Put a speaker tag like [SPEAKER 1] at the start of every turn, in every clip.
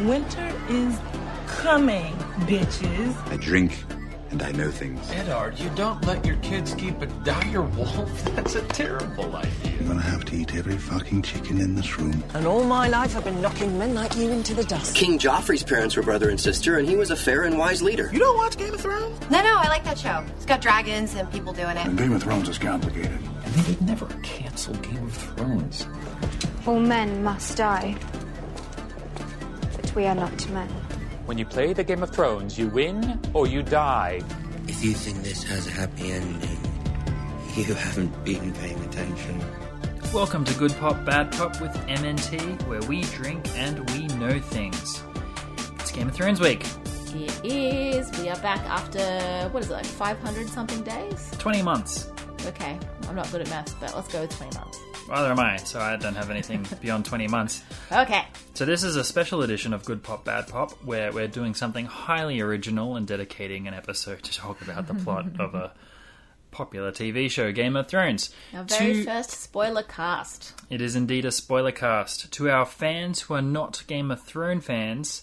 [SPEAKER 1] Winter is coming, bitches.
[SPEAKER 2] I drink and I know things.
[SPEAKER 3] Edard, you don't let your kids keep a dire wolf. That's a terrible idea.
[SPEAKER 2] You're gonna have to eat every fucking chicken in this room.
[SPEAKER 4] And all my life I've been knocking men like you into the dust.
[SPEAKER 5] King Joffrey's parents were brother and sister, and he was a fair and wise leader.
[SPEAKER 6] You don't watch Game of Thrones?
[SPEAKER 7] No, no, I like that show. It's got dragons and people doing it.
[SPEAKER 2] And Game of Thrones is complicated.
[SPEAKER 3] And they would never cancel Game of Thrones.
[SPEAKER 8] All men must die. But we are not men.
[SPEAKER 9] When you play the Game of Thrones, you win or you die.
[SPEAKER 10] If you think this has a happy ending, you haven't been paying attention.
[SPEAKER 11] Welcome to Good Pop Bad Pop with MNT, where we drink and we know things. It's Game of Thrones week.
[SPEAKER 12] It is. We are back after, what is it, like 500 something days?
[SPEAKER 11] 20 months.
[SPEAKER 12] Okay, I'm not good at maths, but let's go with 20 months.
[SPEAKER 11] Rather am I, so I don't have anything beyond 20 months.
[SPEAKER 12] Okay.
[SPEAKER 11] So, this is a special edition of Good Pop, Bad Pop, where we're doing something highly original and dedicating an episode to talk about the plot of a popular TV show, Game of Thrones.
[SPEAKER 12] Our very
[SPEAKER 11] To-
[SPEAKER 12] first spoiler cast.
[SPEAKER 11] It is indeed a spoiler cast. To our fans who are not Game of Thrones fans,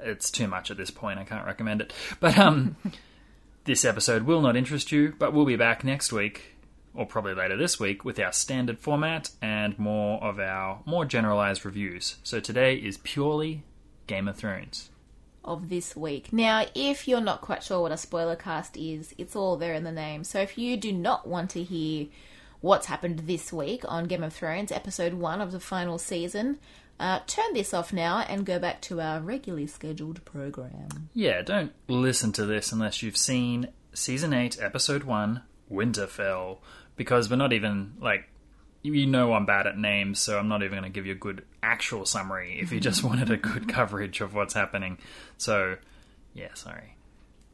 [SPEAKER 11] it's too much at this point. I can't recommend it. But um, this episode will not interest you, but we'll be back next week, or probably later this week, with our standard format and more of our more generalized reviews. So today is purely Game of Thrones.
[SPEAKER 12] of this week. Now, if you're not quite sure what a spoiler cast is, it's all there in the name. So if you do not want to hear what's happened this week on Game of Thrones, episode one of the final season, uh, turn this off now and go back to our regularly scheduled program.
[SPEAKER 11] Yeah, don't listen to this unless you've seen season 8, episode 1, Winterfell, because we're not even like you- you know I'm bad at names, so I'm not even going to give you a good actual summary if you just wanted a good coverage of what's happening. So, yeah, sorry.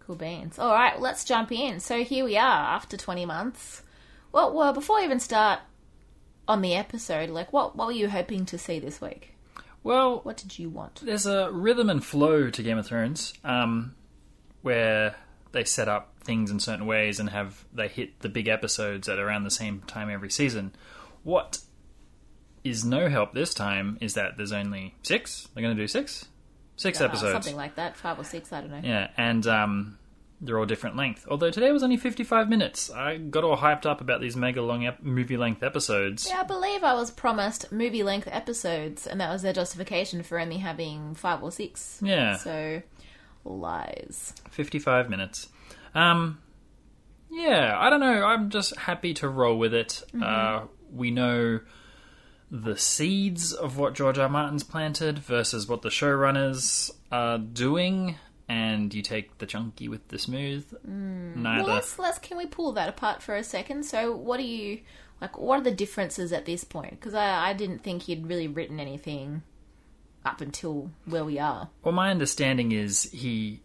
[SPEAKER 12] Cool beans. All right, let's jump in. So here we are after 20 months. Well, well before we even start on the episode, like what, what were you hoping to see this week?
[SPEAKER 11] Well,
[SPEAKER 12] What did you want?
[SPEAKER 11] there's a rhythm and flow to Game of Thrones, um, where they set up things in certain ways and have they hit the big episodes at around the same time every season. What is no help this time is that there's only six. They're going to do six, six
[SPEAKER 12] Uh,
[SPEAKER 11] episodes,
[SPEAKER 12] something like that, five or six, I don't know.
[SPEAKER 11] yeah, and um, they're all different length. Although today was only 55 minutes. I got all hyped up about these mega long ep- movie length episodes.
[SPEAKER 12] Yeah, I believe I was promised movie length episodes, and that was their justification for only having five or six.
[SPEAKER 11] Yeah.
[SPEAKER 12] So, lies.
[SPEAKER 11] 55 minutes. Um, yeah, I don't know. I'm just happy to roll with it.
[SPEAKER 12] Mm-hmm.
[SPEAKER 11] Uh, we know the seeds of what George R. R. Martin's planted versus what the showrunners are doing, and you take the chunky with the smooth. Neither.
[SPEAKER 12] Mm. Well, let's, let's, can we pull that apart for a second? So, what do you, like, what are the differences at this point? Because I, I didn't think he'd really written anything up until where we are.
[SPEAKER 11] Well, my understanding is he.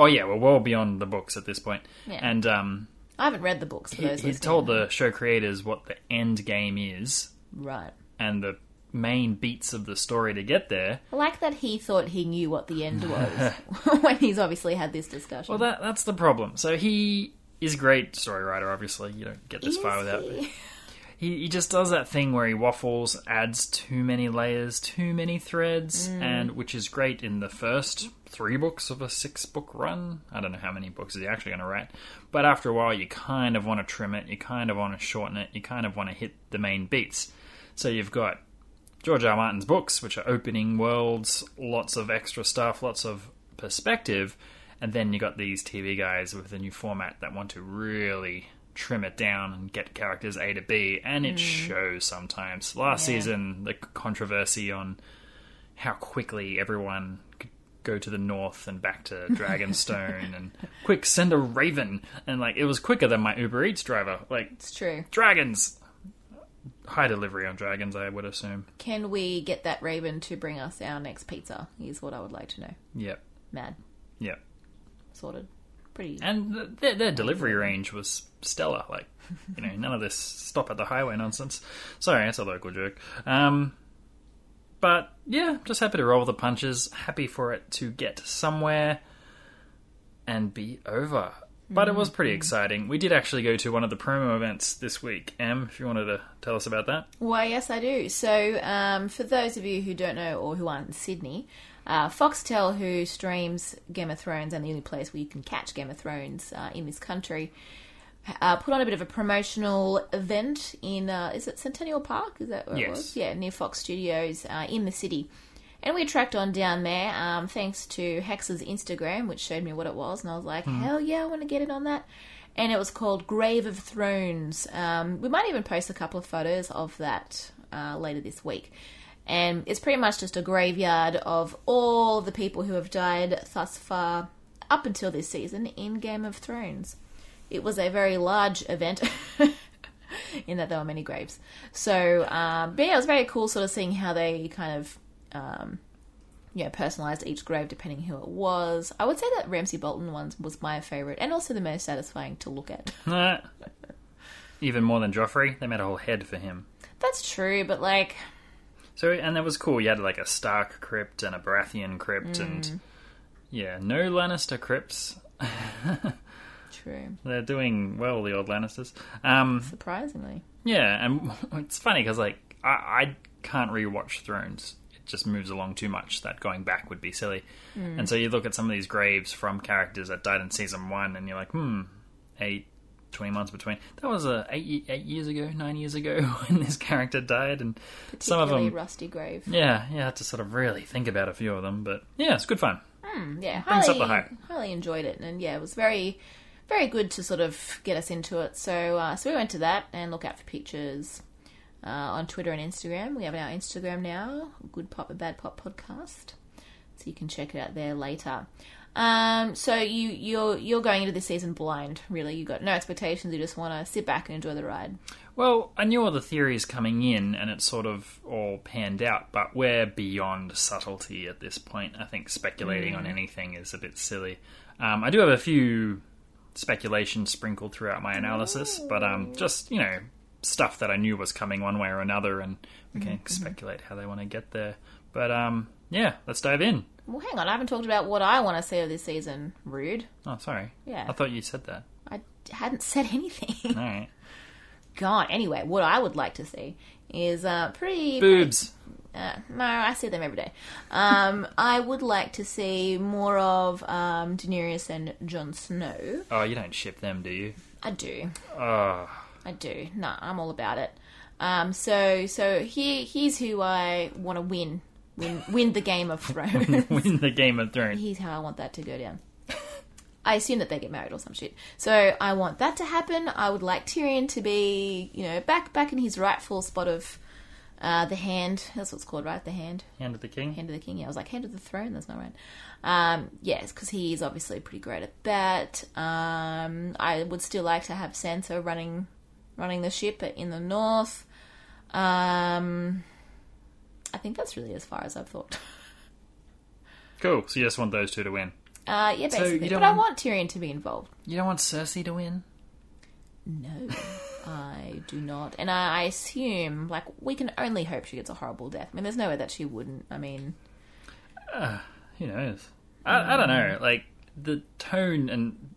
[SPEAKER 11] Oh yeah, we're well beyond the books at this point,
[SPEAKER 12] Yeah.
[SPEAKER 11] and um,
[SPEAKER 12] I haven't read the books for
[SPEAKER 11] he,
[SPEAKER 12] those.
[SPEAKER 11] he's
[SPEAKER 12] listening.
[SPEAKER 11] told the show creators what the end game is
[SPEAKER 12] Right.
[SPEAKER 11] and the main beats of the story to get there.
[SPEAKER 12] I like that he thought he knew what the end was when he's obviously had this discussion.
[SPEAKER 11] Well, that that's the problem. So he is a great story writer. Obviously, you don't get this
[SPEAKER 12] Is
[SPEAKER 11] far without.
[SPEAKER 12] he?
[SPEAKER 11] He, he just does that thing where he waffles, adds too many layers, too many threads, and which is great in the first three books of a six book run. I don't know how many books is he actually going to write, but after a while, you kind of want to trim it, you kind of want to shorten it, you kind of want to hit the main beats. So you've got George R. R. Martin's books, which are opening worlds, lots of extra stuff, lots of perspective, and then you got these TV guys with a new format that want to really trim it down and get characters A to B, and it shows sometimes. Last season, the controversy on how quickly everyone could go to the north and back to Dragonstone, and quick send a raven, and like it was quicker than my Uber Eats driver. Like
[SPEAKER 12] It's true.
[SPEAKER 11] dragons, high delivery on dragons, I would assume.
[SPEAKER 12] Can we get that raven to bring us our next pizza? Is what I would like to know.
[SPEAKER 11] Yep.
[SPEAKER 12] Mad.
[SPEAKER 11] Yeah.
[SPEAKER 12] sorted. Pretty.
[SPEAKER 11] And th- their, their delivery range was stellar. Like, you know, none of this stop at the highway nonsense. Sorry, that's a local joke. Um, but yeah, just happy to roll the punches. Happy for it to get somewhere and be over. But it was
[SPEAKER 12] Mm.
[SPEAKER 11] pretty exciting. We did actually go to one of the promo events this week. Em, if you wanted to tell us about that.
[SPEAKER 12] Why, yes, I do. So, um, for those of you who don't know or who aren't in Sydney, uh, Foxtel, who streams Game of Thrones and the only place where you can catch Game of Thrones uh, in this country, uh, put on a bit of a promotional event in, uh, is it Centennial Park? Is that where it
[SPEAKER 11] Yes.
[SPEAKER 12] was? Yeah, near Fox Studios uh, in the city. And we tracked on down there um, thanks to Hex's Instagram, which showed me what it was. And I was like,
[SPEAKER 11] Mm-hmm.
[SPEAKER 12] hell yeah, I want to get in on that. And it was called Grave of Thrones. Um, we might even post a couple of photos of that uh, later this week. And it's pretty much just a graveyard of all the people who have died thus far up until this season in Game of Thrones. It was a very large event. in that there were many graves. So, um, but yeah, it was very cool sort of seeing how they kind of, um, you know, personalized each grave depending who it was. I would say that Ramsey Bolton one was my favorite and also the most satisfying to look at.
[SPEAKER 11] Nah. Even more than Joffrey, they made a whole head for him.
[SPEAKER 12] That's true, but like,
[SPEAKER 11] So and that was cool. You had like a Stark crypt and a Baratheon crypt,
[SPEAKER 12] Mm.
[SPEAKER 11] and yeah, no Lannister crypts.
[SPEAKER 12] true,
[SPEAKER 11] They're doing well, the old Lannisters. Um,
[SPEAKER 12] surprisingly.
[SPEAKER 11] yeah, and it's funny because like I, I can't rewatch Thrones. It just moves along too much. That going back would be silly. And so you look at some of these graves from characters that died in season one, and you're like, hmm, eight. 20 months between. That was uh, eight, ye- eight years ago, nine years ago when this character died, and some of
[SPEAKER 12] Particularly
[SPEAKER 11] them
[SPEAKER 12] Rusty Grave.
[SPEAKER 11] Yeah, yeah, I had to sort of really think about a few of them, but yeah, it's good fun.
[SPEAKER 12] Hmm, yeah,
[SPEAKER 11] brings
[SPEAKER 12] highly,
[SPEAKER 11] up the hype.
[SPEAKER 12] highly enjoyed it, and yeah, it was very, very good to sort of get us into it. So, uh, so we went to that and look out for pictures uh, on Twitter and Instagram. We have our Instagram now, Good Pop and Bad Pop Podcast, so you can check it out there later. Um, so you you're you're going into this season blind, really. You got no expectations. You just want to sit back and enjoy the ride.
[SPEAKER 11] Well, I knew all the theories coming in, and it sort of all panned out, but we're beyond subtlety at this point. I think speculating
[SPEAKER 12] Hmm.
[SPEAKER 11] on anything is a bit silly. Um, I do have a few speculations sprinkled throughout my analysis, but
[SPEAKER 12] Oh.
[SPEAKER 11] um, just, you know, stuff that I knew was coming one way or another, and we
[SPEAKER 12] Mm-hmm.
[SPEAKER 11] can speculate how they want to get there. But um, yeah, let's dive in.
[SPEAKER 12] Well, hang on, I haven't talked about what I want to see of this season. Rude.
[SPEAKER 11] Oh, sorry.
[SPEAKER 12] Yeah.
[SPEAKER 11] I thought you said that.
[SPEAKER 12] I hadn't said anything.
[SPEAKER 11] All right.
[SPEAKER 12] God. Anyway, what I would like to see is uh, pretty
[SPEAKER 11] Boobs.
[SPEAKER 12] Uh, no, I see them every day. Um, I would like to see more of um, Daenerys and Jon Snow.
[SPEAKER 11] Oh, you don't ship them, do you?
[SPEAKER 12] I do.
[SPEAKER 11] Oh,
[SPEAKER 12] I do. No, I'm all about it. Um, so, so here, here's who I want to win. Win, win the Game of Thrones.
[SPEAKER 11] win the Game of Thrones.
[SPEAKER 12] here's how I want that to go down. I assume that they get married or some shit. So I want that to happen. I would like Tyrion to be, you know, back back in his rightful spot of uh, the hand. That's what's called, right? The hand.
[SPEAKER 11] Hand of the King.
[SPEAKER 12] Hand of the King. Yeah, I was like, Hand of the Throne. That's not right. Um, yes, because he is obviously pretty great at that. Um, I would still like to have Sansa running, running the ship in the north. Um, I think that's really as far as I've thought.
[SPEAKER 11] Cool. So you just want those two to win.
[SPEAKER 12] Uh, yeah,
[SPEAKER 11] So you
[SPEAKER 12] basically.
[SPEAKER 11] don't
[SPEAKER 12] but I
[SPEAKER 11] want-
[SPEAKER 12] want Tyrion to be involved.
[SPEAKER 11] You don't want Cersei to win?
[SPEAKER 12] No, I do not. And I, I assume, like, we can only hope she gets a horrible death. I mean, there's no way that she wouldn't. I mean,
[SPEAKER 11] Uh, Who knows? I, I don't
[SPEAKER 12] Mm.
[SPEAKER 11] know. Like, the tone and,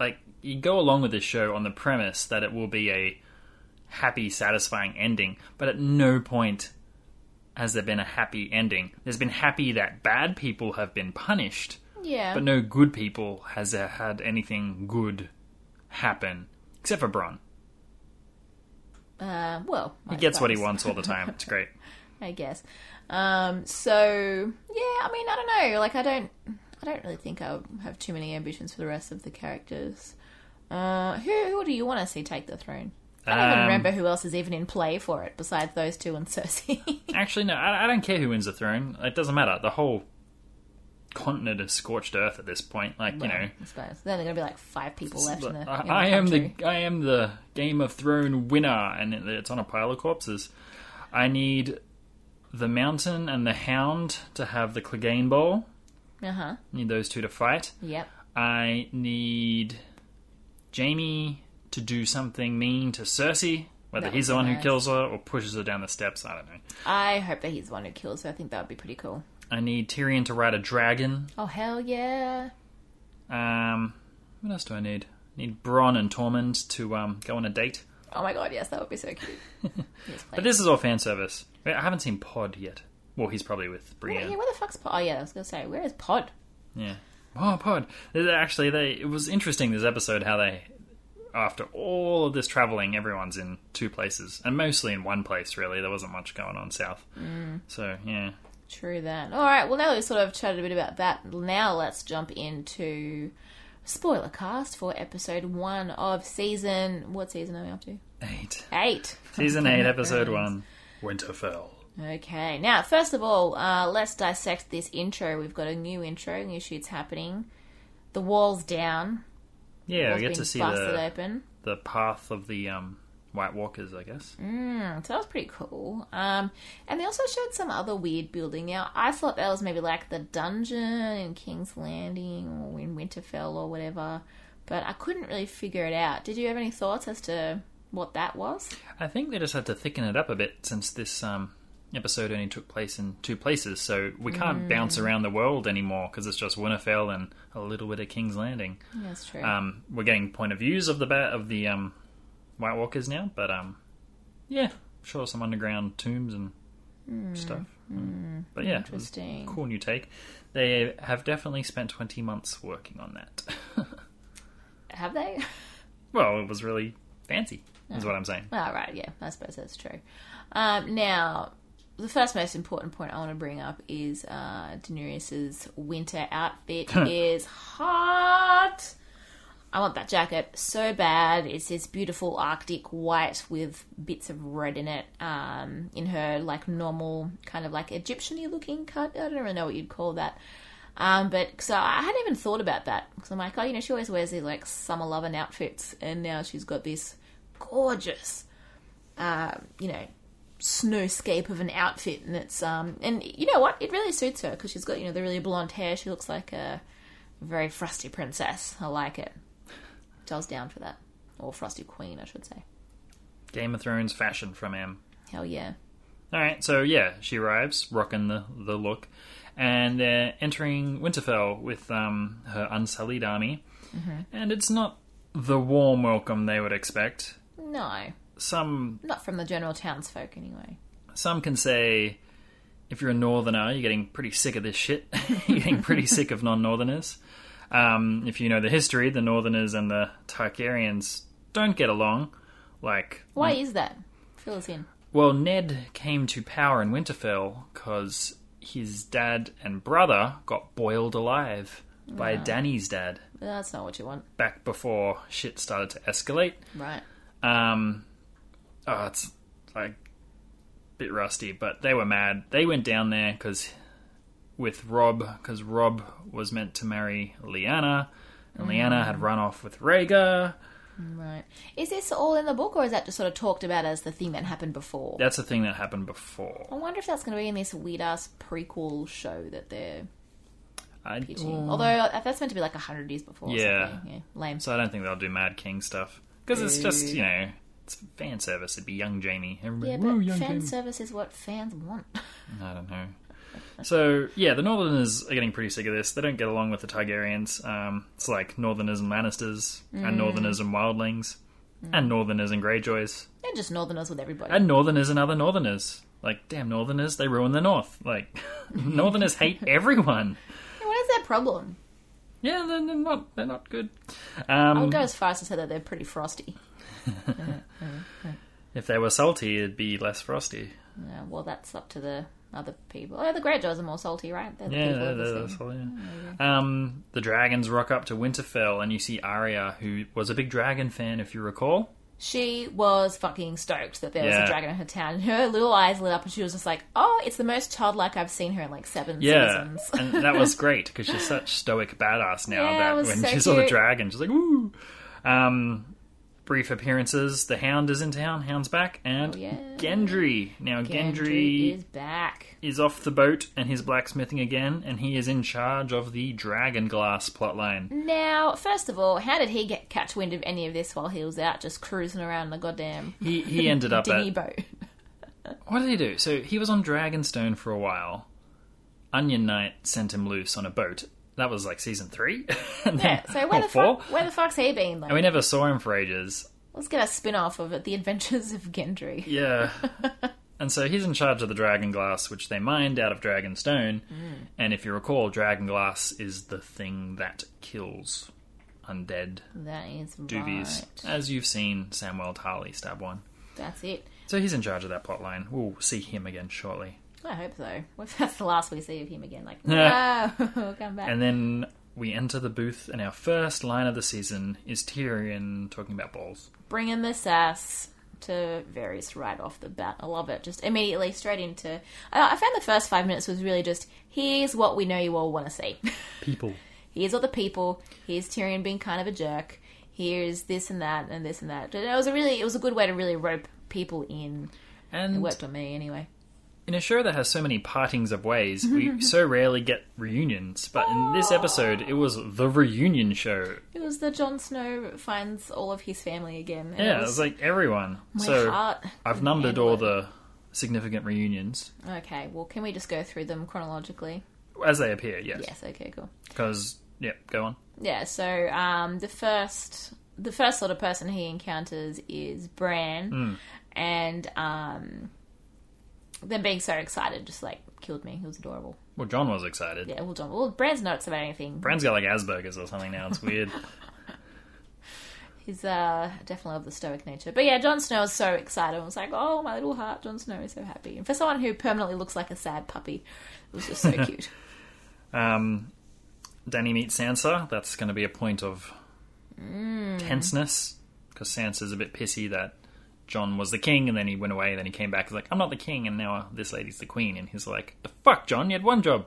[SPEAKER 11] like, you go along with this show on the premise that it will be a happy, satisfying ending, but at no point has there been a happy ending. There's been happy that bad people have been punished,
[SPEAKER 12] yeah.
[SPEAKER 11] but no good people has uh, had anything good happen, except for Bronn.
[SPEAKER 12] uh, well,
[SPEAKER 11] He gets what he wants all the time. It's great.
[SPEAKER 12] I guess. Um, so yeah, I mean, I don't know. Like, I don't, I don't really think I have too many ambitions for the rest of the characters. Uh, who who do you want to see take the throne? I don't even
[SPEAKER 11] Um,
[SPEAKER 12] remember who else is even in play for it besides those two and Cersei.
[SPEAKER 11] Actually, no, I, I don't care who wins the throne. It doesn't matter. The whole continent is scorched earth at this point. Like you know,
[SPEAKER 12] I suppose. Then they're gonna be like five people left in the.
[SPEAKER 11] I,
[SPEAKER 12] in the
[SPEAKER 11] I am the
[SPEAKER 12] country.
[SPEAKER 11] I am the Game of Throne winner, and it- it's on a pile of corpses. I need the Mountain and the Hound to have the Clegane Bowl.
[SPEAKER 12] Uh huh.
[SPEAKER 11] need those two to fight.
[SPEAKER 12] Yep.
[SPEAKER 11] I need Jamie to do something mean to Cersei. Whether
[SPEAKER 12] That
[SPEAKER 11] he's
[SPEAKER 12] would be
[SPEAKER 11] the one who
[SPEAKER 12] nice.
[SPEAKER 11] kills her or pushes her down the steps, I don't know.
[SPEAKER 12] I hope that he's the one who kills her. I think that would be pretty cool.
[SPEAKER 11] I need Tyrion to ride a dragon.
[SPEAKER 12] Oh hell yeah!
[SPEAKER 11] Um, what else do I need? Need Bron and Tormund to um, go on a date.
[SPEAKER 12] Oh my god, yes, that would be so cute. Yes,
[SPEAKER 11] But this is all fan service. I haven't seen Pod yet. Well, he's probably with
[SPEAKER 12] please.
[SPEAKER 11] Brienne.
[SPEAKER 12] Yeah, where the fuck's Pod? Oh yeah, I was gonna say, where is Pod?
[SPEAKER 11] Yeah. Oh, pod. Actually, they it was interesting this episode how they, after all of this traveling, everyone's in two places and mostly in one place. Really, there wasn't much going on south. Mm. So yeah,
[SPEAKER 12] True that. All right. Well, now we've sort of chatted a bit about that. Now let's jump into spoiler cast for episode one of season. What season are we up to?
[SPEAKER 11] eight
[SPEAKER 12] Eight. Oh,
[SPEAKER 11] season eight episode one, Winterfell.
[SPEAKER 12] Okay. Now, first of all, uh, let's dissect this intro. We've got a new intro. New shoot's happening. The walls down.
[SPEAKER 11] Yeah,
[SPEAKER 12] walls
[SPEAKER 11] we get
[SPEAKER 12] being
[SPEAKER 11] to see
[SPEAKER 12] busted
[SPEAKER 11] the
[SPEAKER 12] open.
[SPEAKER 11] the path of the um, White Walkers, I guess.
[SPEAKER 12] Mm, so that was pretty cool. Um, and they also showed some other weird building. Now, I thought that was maybe like the dungeon in King's Landing or in Winterfell or whatever, but I couldn't really figure it out. Did you have any thoughts as to what that was?
[SPEAKER 11] I think they just had to thicken it up a bit since this um, episode only took place in two places, so we can't
[SPEAKER 12] Mm.
[SPEAKER 11] bounce around the world anymore because it's just Winterfell and a little bit of King's Landing.
[SPEAKER 12] That's true.
[SPEAKER 11] Um, we're getting point of views of the bat of the um, White Walkers now, but um, yeah, sure, some underground tombs and stuff. Mm. But yeah, it was a
[SPEAKER 12] Interesting.
[SPEAKER 11] cool new take. They have definitely spent twenty months working on that.
[SPEAKER 12] Have they? Oh.
[SPEAKER 11] well, it was really fancy, is what I'm saying.
[SPEAKER 12] All Ah, right, yeah, I suppose that's true. Um, now, the first most important point I want to bring up is uh, Daenerys' winter outfit is hot. I want that jacket so bad. It's this beautiful arctic white with bits of red in it. Um, in her like normal kind of like Egyptian-y looking cut. I don't really know what you'd call that. Um, but so I hadn't even thought about that because I'm like, oh, you know, she always wears these like summer loving outfits, and now she's got this gorgeous, um, you know, snowscape of an outfit, and it's um, and you know what, it really suits her because she's got you know the really blonde hair. She looks like a very frosty princess. I like it. Doll's down for that, or frosty queen, I should say.
[SPEAKER 11] Game of Thrones fashion from him.
[SPEAKER 12] Hell yeah.
[SPEAKER 11] All right, so yeah, she arrives rocking the the look, and they're entering Winterfell with um, her unsullied army,
[SPEAKER 12] Mm-hmm.
[SPEAKER 11] and it's not the warm welcome they would expect.
[SPEAKER 12] No,
[SPEAKER 11] Some
[SPEAKER 12] not from the general townsfolk anyway.
[SPEAKER 11] some can say, if you're a northerner, you're getting pretty sick of this shit. you're getting pretty sick of non-northerners. Um, if you know the history, the northerners and the Targaryens don't get along. Like
[SPEAKER 12] Why is that? Fill us in.
[SPEAKER 11] Well, Ned came to power in Winterfell because his dad and brother got boiled alive by Danny's dad
[SPEAKER 12] Ah. That's not what you want,
[SPEAKER 11] back before shit started to escalate.
[SPEAKER 12] right?
[SPEAKER 11] Um, oh, it's like a bit rusty, but they were mad. They went down there because with Rob, because Rob was meant to marry Lyanna, and Lyanna had run off with Rhaegar.
[SPEAKER 12] Mm. Right. Is this all in the book, or is that just sort of talked about as the thing that happened before?
[SPEAKER 11] That's the thing that happened before.
[SPEAKER 12] I wonder if that's going to be in this weird ass prequel show that they're
[SPEAKER 11] I,
[SPEAKER 12] pitching. Although uh, that's meant to be like hundred years before. or
[SPEAKER 11] Yeah.
[SPEAKER 12] something. yeah, lame.
[SPEAKER 11] So I don't think they'll do Mad King stuff because it's just you know it's fan service. It'd be young Jamie. Everybody,
[SPEAKER 12] yeah, but
[SPEAKER 11] Woo, young
[SPEAKER 12] fan
[SPEAKER 11] Jamie.
[SPEAKER 12] service is what fans want.
[SPEAKER 11] I don't know. So yeah, the Northerners are getting pretty sick of this. They don't get along with the Targaryens. Um, it's like Northerners and Lannisters,
[SPEAKER 12] Mm.
[SPEAKER 11] and Northerners and Wildlings, and Northerners and Greyjoys,
[SPEAKER 12] They're just Northerners with everybody.
[SPEAKER 11] and Northerners and other Northerners. Like damn Northerners, they ruin the North. Like Northerners hate everyone.
[SPEAKER 12] Hey, what is their problem?
[SPEAKER 11] Yeah, they're, they're not. They're not good.
[SPEAKER 12] I
[SPEAKER 11] Um,
[SPEAKER 12] would go as far as to say that they're pretty frosty.
[SPEAKER 11] if they were salty, it'd be less frosty.
[SPEAKER 12] Uh, well, that's up to the other people. Oh, the Greyjoys are more salty, right? They're the
[SPEAKER 11] Yeah,
[SPEAKER 12] people
[SPEAKER 11] that-
[SPEAKER 12] of the
[SPEAKER 11] that-
[SPEAKER 12] sea.
[SPEAKER 11] that's all, yeah. Um, the dragons rock up to Winterfell, and you see Arya, who was a big dragon fan, if you recall.
[SPEAKER 12] She was fucking stoked that there was
[SPEAKER 11] Yeah.
[SPEAKER 12] a dragon in her town, and her little eyes lit up, and she was just like, "Oh, it's the most childlike I've seen her in like seven
[SPEAKER 11] Yeah,
[SPEAKER 12] seasons."
[SPEAKER 11] and that was great because she's such stoic badass now.
[SPEAKER 12] Yeah, it
[SPEAKER 11] that
[SPEAKER 12] was
[SPEAKER 11] when
[SPEAKER 12] so
[SPEAKER 11] she saw the
[SPEAKER 12] cute.
[SPEAKER 11] dragon, she's like, "Woo!" Um, brief appearances. The Hound is in town. Hound's back, and
[SPEAKER 12] Oh, yeah.
[SPEAKER 11] Gendry. Now
[SPEAKER 12] Gendry
[SPEAKER 11] Gendry,
[SPEAKER 12] is back.
[SPEAKER 11] is off the boat and he's blacksmithing again, and he is in charge of the dragon glass plotline.
[SPEAKER 12] Now, first of all, how did he get catch wind of any of this while he was out just cruising around the goddamn
[SPEAKER 11] He he ended up at
[SPEAKER 12] dinghy boat?
[SPEAKER 11] What did he do? So he was on Dragonstone for a while. Onion Knight sent him loose on a boat, That was like season three. and
[SPEAKER 12] Yeah.
[SPEAKER 11] then-
[SPEAKER 12] So where
[SPEAKER 11] or
[SPEAKER 12] the
[SPEAKER 11] four.
[SPEAKER 12] fuck, where the fuck's he been? Like,
[SPEAKER 11] And we never saw him for ages.
[SPEAKER 12] let's get a spin off of it, The Adventures of Gendry.
[SPEAKER 11] Yeah. and so he's in charge of the dragon glass, which they mined out of Dragonstone.
[SPEAKER 12] Mm.
[SPEAKER 11] And if you recall, dragon glass is the thing that kills undead
[SPEAKER 12] That is
[SPEAKER 11] doobies,
[SPEAKER 12] right.
[SPEAKER 11] as you've seen Samuel Tarly stab one.
[SPEAKER 12] That's it.
[SPEAKER 11] So he's in charge of that plot line. We'll see him again shortly.
[SPEAKER 12] I hope so. Well, if that's the last we see of him again, like no, come back.
[SPEAKER 11] And then we enter the booth, and our first line of the season is Tyrion talking about balls.
[SPEAKER 12] Bring in the sass to Varys right off the bat. I love it. Just immediately straight into. I, I found the first five minutes was really just here's what we know you all want to see.
[SPEAKER 11] People.
[SPEAKER 12] here's all the people. Here's Tyrion being kind of a jerk. Here's this and that and this and that. But it was a really, it was a good way to really rope people in. It
[SPEAKER 11] And
[SPEAKER 12] worked on me anyway.
[SPEAKER 11] in a show that has so many partings of ways, we so rarely get reunions. But in this episode, it was the reunion show.
[SPEAKER 12] It was the Jon Snow finds all of his family again. and
[SPEAKER 11] Yeah, it was like everyone.
[SPEAKER 12] my
[SPEAKER 11] so
[SPEAKER 12] heart.
[SPEAKER 11] I've numbered all
[SPEAKER 12] handled.
[SPEAKER 11] the significant reunions
[SPEAKER 12] Okay, well, can we just go through them chronologically?
[SPEAKER 11] as they appear. Yes,
[SPEAKER 12] Yes. Okay. Cool.
[SPEAKER 11] because yeah, go on.
[SPEAKER 12] Yeah. So um, the first, the first sort of person he encounters is Bran,
[SPEAKER 11] Hmm.
[SPEAKER 12] and um, them being so excited just like killed me. It was adorable.
[SPEAKER 11] Well, John was excited.
[SPEAKER 12] Yeah. Well, John. Well, Bran's not excited about anything.
[SPEAKER 11] Bran's got like Asperger's or something now. It's weird.
[SPEAKER 12] He's uh, definitely of the stoic nature. But yeah, Jon Snow is so excited. I was like, oh, my little heart, Jon Snow is so happy. And for someone who permanently looks like a sad puppy, it was just so cute.
[SPEAKER 11] Um, Danny meets Sansa. That's going to be a point of tenseness because Sansa's a bit pissy that John was the king and then he went away. Then he came back. He's like, I'm not the king, and now uh, this lady's the queen. And he's like, The fuck, John? You had one job.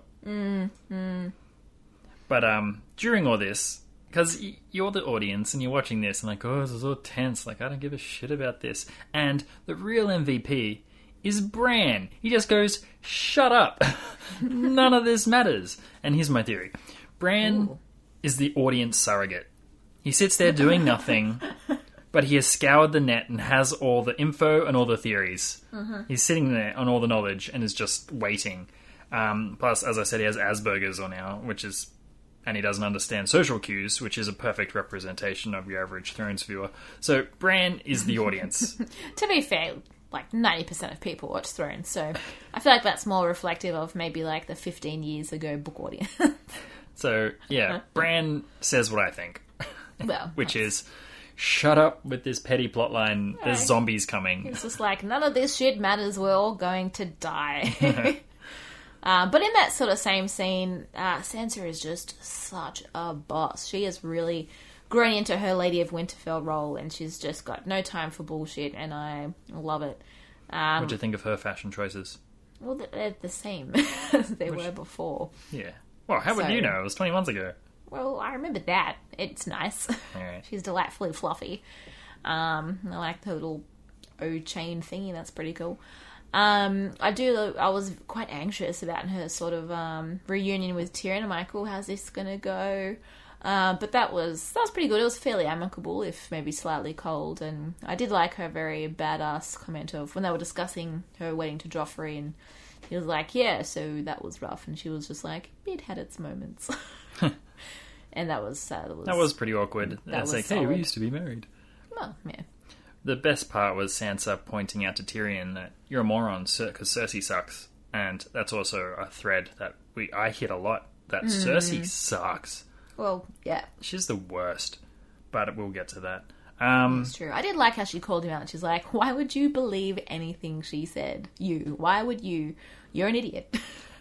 [SPEAKER 11] But um, during all this, because y- you're the audience and you're watching this and like, oh, this is all tense. Like, I don't give a shit about this. And the real MVP is Bran. He just goes, shut up. None of this matters. And here's my theory Bran is the audience surrogate. He sits there doing nothing, but he has scoured the net and has all the info and all the theories. He's sitting there on all the knowledge and is just waiting. Um, plus, as I said, he has Asperger's on now, which is, and he doesn't understand social cues, which is a perfect representation of your average Thrones viewer. So Bran is the audience.
[SPEAKER 12] to be fair, like 90% of people watch Thrones, so I feel like that's more reflective of maybe like the 15 years ago book audience.
[SPEAKER 11] so yeah, Bran says what I think,
[SPEAKER 12] Uh-huh. well,
[SPEAKER 11] which is, shut up with this petty plotline. There's zombies coming.
[SPEAKER 12] it's just like none of this shit matters, we're all going to die. Uh, but in that sort of same scene, uh, Sansa is just such a boss. She has really grown into her Lady of Winterfell role, and she's just got no time for bullshit, and I love it.
[SPEAKER 11] What do you think of her fashion choices?
[SPEAKER 12] Well, they're the same as they were before.
[SPEAKER 11] Yeah. Well, how would
[SPEAKER 12] So-
[SPEAKER 11] you know? It was 20 months ago.
[SPEAKER 12] Well, I remember that. It's nice.
[SPEAKER 11] Alright.
[SPEAKER 12] She's delightfully fluffy. Um, I like the little O chain thingy. That's pretty cool. Um, I do. I was quite anxious about her sort of um, reunion with Tyrion and Michael. How's this gonna go? Uh, but that was that was pretty good. It was fairly amicable, if maybe slightly cold. And I did like her very badass comment of when they were discussing her wedding to Joffrey, and he was like, "Yeah, so that was rough," and she was just like, "It had its moments." and that was uh, that was
[SPEAKER 11] That was pretty awkward.
[SPEAKER 12] was
[SPEAKER 11] That's like, hey, we
[SPEAKER 12] solid.
[SPEAKER 11] used to be married.
[SPEAKER 12] well, yeah.
[SPEAKER 11] The best part was Sansa pointing out to Tyrion that you're a moron because Cersei sucks. And that's also a thread that we I hit a lot that Cersei sucks.
[SPEAKER 12] Mm. Well, yeah,
[SPEAKER 11] She's the worst. But we'll get to that. Um,
[SPEAKER 12] it's true. I did like how she called him out. She's like, "Why would you believe anything she said? You? Why would you? You're an idiot."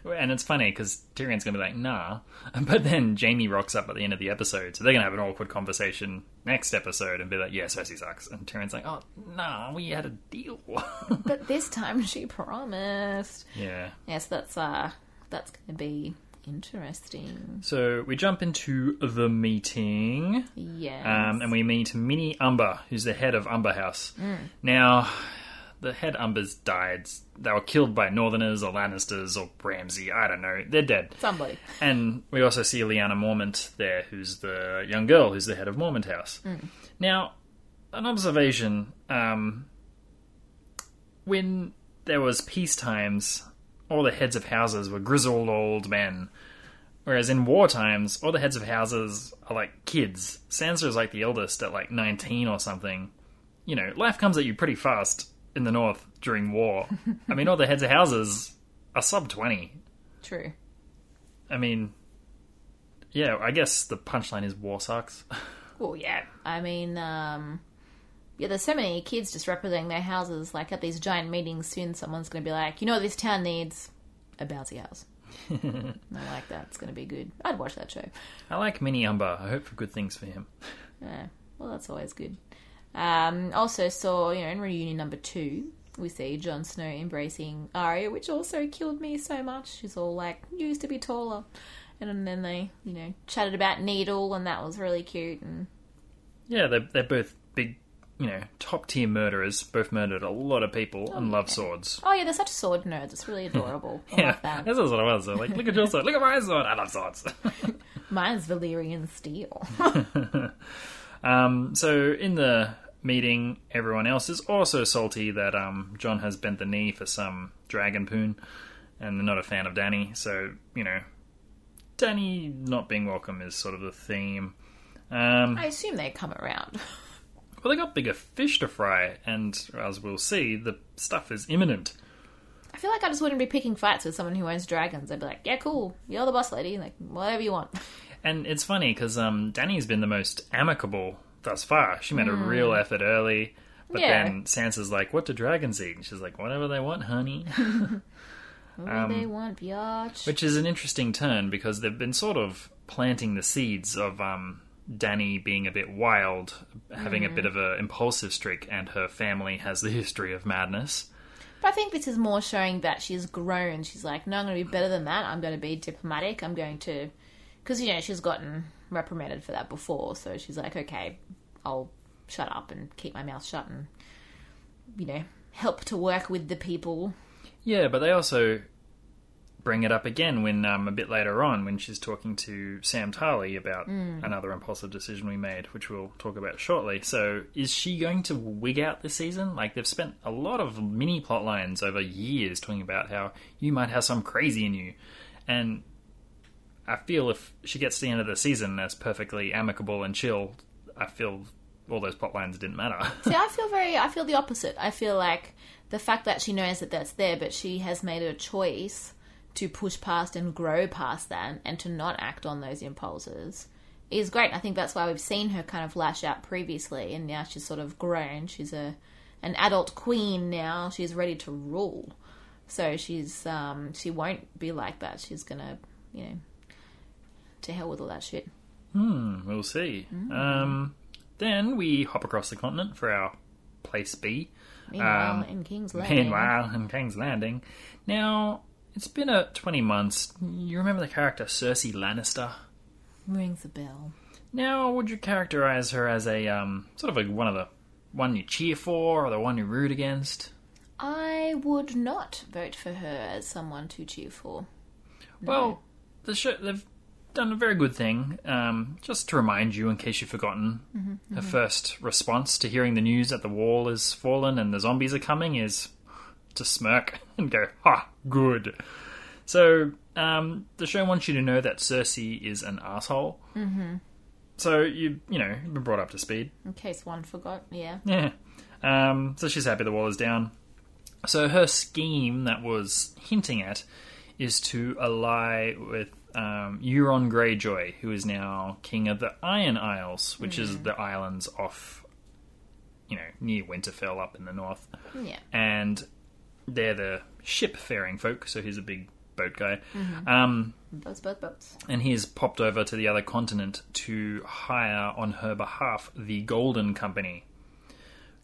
[SPEAKER 11] and it's funny because Tyrion's going to be like, nah. But then Jamie rocks up at the end of the episode. So they're going to have an awkward conversation next episode and be like, yeah, Cersei sucks. And Tyrion's like, oh, nah, we had a deal.
[SPEAKER 12] but this time she promised.
[SPEAKER 11] yeah.
[SPEAKER 12] Yes, that's uh, that's gonna be interesting.
[SPEAKER 11] So we jump into the meeting,
[SPEAKER 12] Yes.
[SPEAKER 11] um, and we meet Minnie Umber, who's the head of Umber House. Now, the head Umbers died. They were killed by Northerners or Lannisters or Ramsay. I don't know. They're dead.
[SPEAKER 12] Somebody.
[SPEAKER 11] And we also see Liana Mormont there, who's the young girl who's the head of Mormont House. Now, an observation um, when there was peace times, all the heads of houses were grizzled old men. Whereas in war times, all the heads of houses are like kids. Sansa is like the eldest at like 19 or something. You know, life comes at you pretty fast in the north during war. I mean, all the heads of houses are sub 20.
[SPEAKER 12] True.
[SPEAKER 11] I mean, yeah, I guess the punchline is war sucks.
[SPEAKER 12] Well, yeah. I mean, um, yeah, there's so many kids just representing their houses. Like at these giant meetings, soon someone's going to be like, you know what this town needs? A bouncy house. And I like that. It's going to be good. I'd watch that show.
[SPEAKER 11] I like Mini Umber. I hope for good things for him.
[SPEAKER 12] Yeah. Well, that's always good. Um, also saw, you know, in reunion number two, we see Jon Snow embracing Arya, which also killed me so much. She's all like, "You used to be taller," and then they, you know, chatted about Needle, and that was really cute. And
[SPEAKER 11] Yeah, they're, they're both big, you know, top tier murderers. Both murdered a lot of people and love swords.
[SPEAKER 12] oh yeah, they're such sword nerds. It's really adorable. I
[SPEAKER 11] Yeah,
[SPEAKER 12] love that.
[SPEAKER 11] that's what I was. though. Like, look at your sword, look at my sword. I love swords.
[SPEAKER 12] Mine's Valyrian steel.
[SPEAKER 11] Um, so in the meeting, everyone else is also salty that um, John has bent the knee for some dragon poon, and they're not a fan of Danny. So you know, Danny not being welcome is sort of the theme. Um,
[SPEAKER 12] I assume they come around.
[SPEAKER 11] well, they got bigger fish to fry, and as we'll see, the stuff is imminent.
[SPEAKER 12] I feel like I just wouldn't be picking fights with someone who owns dragons. I'd be like, "Yeah, cool. You're the boss lady. Like, whatever you want."
[SPEAKER 11] And it's funny because um, Danny's been the most amicable thus far. She made a real effort early, but
[SPEAKER 12] Hmm. Yeah.
[SPEAKER 11] then Sansa's like, "What do dragons eat?" And she's like, "Whatever they want, honey." Um,
[SPEAKER 12] What do they want, biatch.
[SPEAKER 11] Which is an interesting turn because they've been sort of planting the seeds of um, Danny being a bit wild, having
[SPEAKER 12] Hmm.
[SPEAKER 11] a bit of an impulsive streak, and her family has the history of madness.
[SPEAKER 12] But I think this is more showing that she's grown. She's like, no, I'm going to be better than that. I'm going to be diplomatic. I'm going to. Because, you know, she's gotten reprimanded for that before. So she's like, okay, I'll shut up and keep my mouth shut and, you know, help to work with the people.
[SPEAKER 11] Yeah, but they also bring it up again when um, a bit later on when she's talking to Sam Tarley about another impulsive decision we made, which we'll talk about shortly. So, is she going to wig out this season? Like they've spent a lot of mini plot lines over years talking about how you might have some crazy in you, and I feel if she gets to the end of the season as perfectly amicable and chill, I feel all those plot lines didn't matter.
[SPEAKER 12] See, I feel very. I feel the opposite. I feel like the fact that she knows that that's there, but she has made a choice to push past and grow past that and to not act on those impulses is great. I think that's why we've seen her kind of lash out previously, and now she's sort of grown. She's a an adult queen now. She's ready to rule. So she's um, she won't be like that. She's gonna, you know, to hell with all that shit.
[SPEAKER 11] We'll see.
[SPEAKER 12] Mm.
[SPEAKER 11] Um, then we hop across the continent for our place B. um,
[SPEAKER 12] Meanwhile, in King's Landing,
[SPEAKER 11] Meanwhile, in King's Landing. Now, it's been uh, 20 months. You remember the character Cersei Lannister?
[SPEAKER 12] rings a bell.
[SPEAKER 11] Now, would you characterize her as a um, sort of a, one of the one you cheer for or the one you root against?
[SPEAKER 12] I would not vote for her as someone to cheer for.
[SPEAKER 11] Well, the show, they've done a very good thing. Um, just to remind you, in case you've forgotten, her first response to hearing the news that the wall has fallen and the zombies are coming is to smirk and go, ha, good. So um, the show wants you to know that Cersei is an asshole. Mm-hmm. So you you know you've been brought up to speed.
[SPEAKER 12] In case one forgot, yeah.
[SPEAKER 11] Yeah. Um, so she's happy the wall is down. So her scheme that was hinting at is to ally with um, Euron Greyjoy, who is now king of the Iron Isles, which is the islands off, you know, near Winterfell up in the north.
[SPEAKER 12] Yeah.
[SPEAKER 11] And they're the ship-faring folk, so he's a big boat guy. Um,
[SPEAKER 12] Boats, boats, boats.
[SPEAKER 11] and he has popped over to the other continent to hire on her behalf the Golden Company.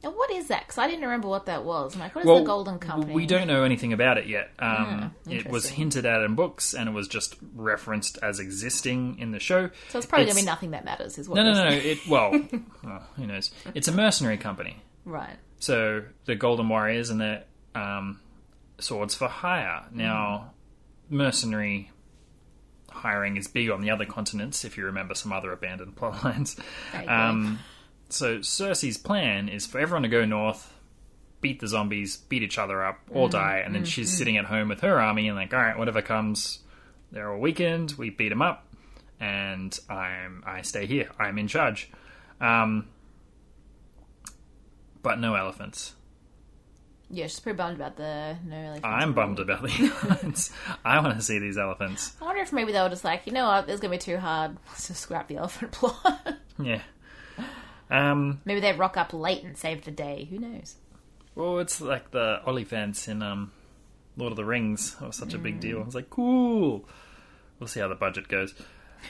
[SPEAKER 12] And what is that? Because I didn't remember what that was. I'm like, what is the Golden Company?
[SPEAKER 11] We don't know anything about it yet. Um,
[SPEAKER 12] Hmm,
[SPEAKER 11] it was
[SPEAKER 12] interesting.
[SPEAKER 11] hinted at in books, and it was just referenced as existing in the show.
[SPEAKER 12] So it's probably going to be nothing that matters, is what
[SPEAKER 11] No, no,
[SPEAKER 12] it is.
[SPEAKER 11] no. It well, well, who knows? It's a mercenary company.
[SPEAKER 12] Right.
[SPEAKER 11] So the Golden Warriors and the um, Swords for Hire. Now, mercenary hiring is big on the other continents, if you remember some other abandoned plot lines.
[SPEAKER 12] you go.
[SPEAKER 11] Um, so Cersei's plan is for everyone to go north, beat the
[SPEAKER 12] Mm,
[SPEAKER 11] zombies, beat each other up, all die, and then she's sitting at home with her army and like, all right, whatever comes, They're all weakened. We beat them up, and I'm I stay here. I'm in charge. Um, but no elephants.
[SPEAKER 12] Yeah, she's pretty bummed about the no elephants.
[SPEAKER 11] I'm bummed about the elephants. I want to see these elephants.
[SPEAKER 12] I wonder if maybe they were just like, you know what, it's gonna be too hard. Let's just scrap the elephant plot.
[SPEAKER 11] Yeah. Um,
[SPEAKER 12] maybe they rock up late and save the day. Who knows?
[SPEAKER 11] well, it's like the Olifants in um, Lord of the Rings. That was such a
[SPEAKER 12] Mm.
[SPEAKER 11] big deal. I was like, cool. We'll see how the budget goes.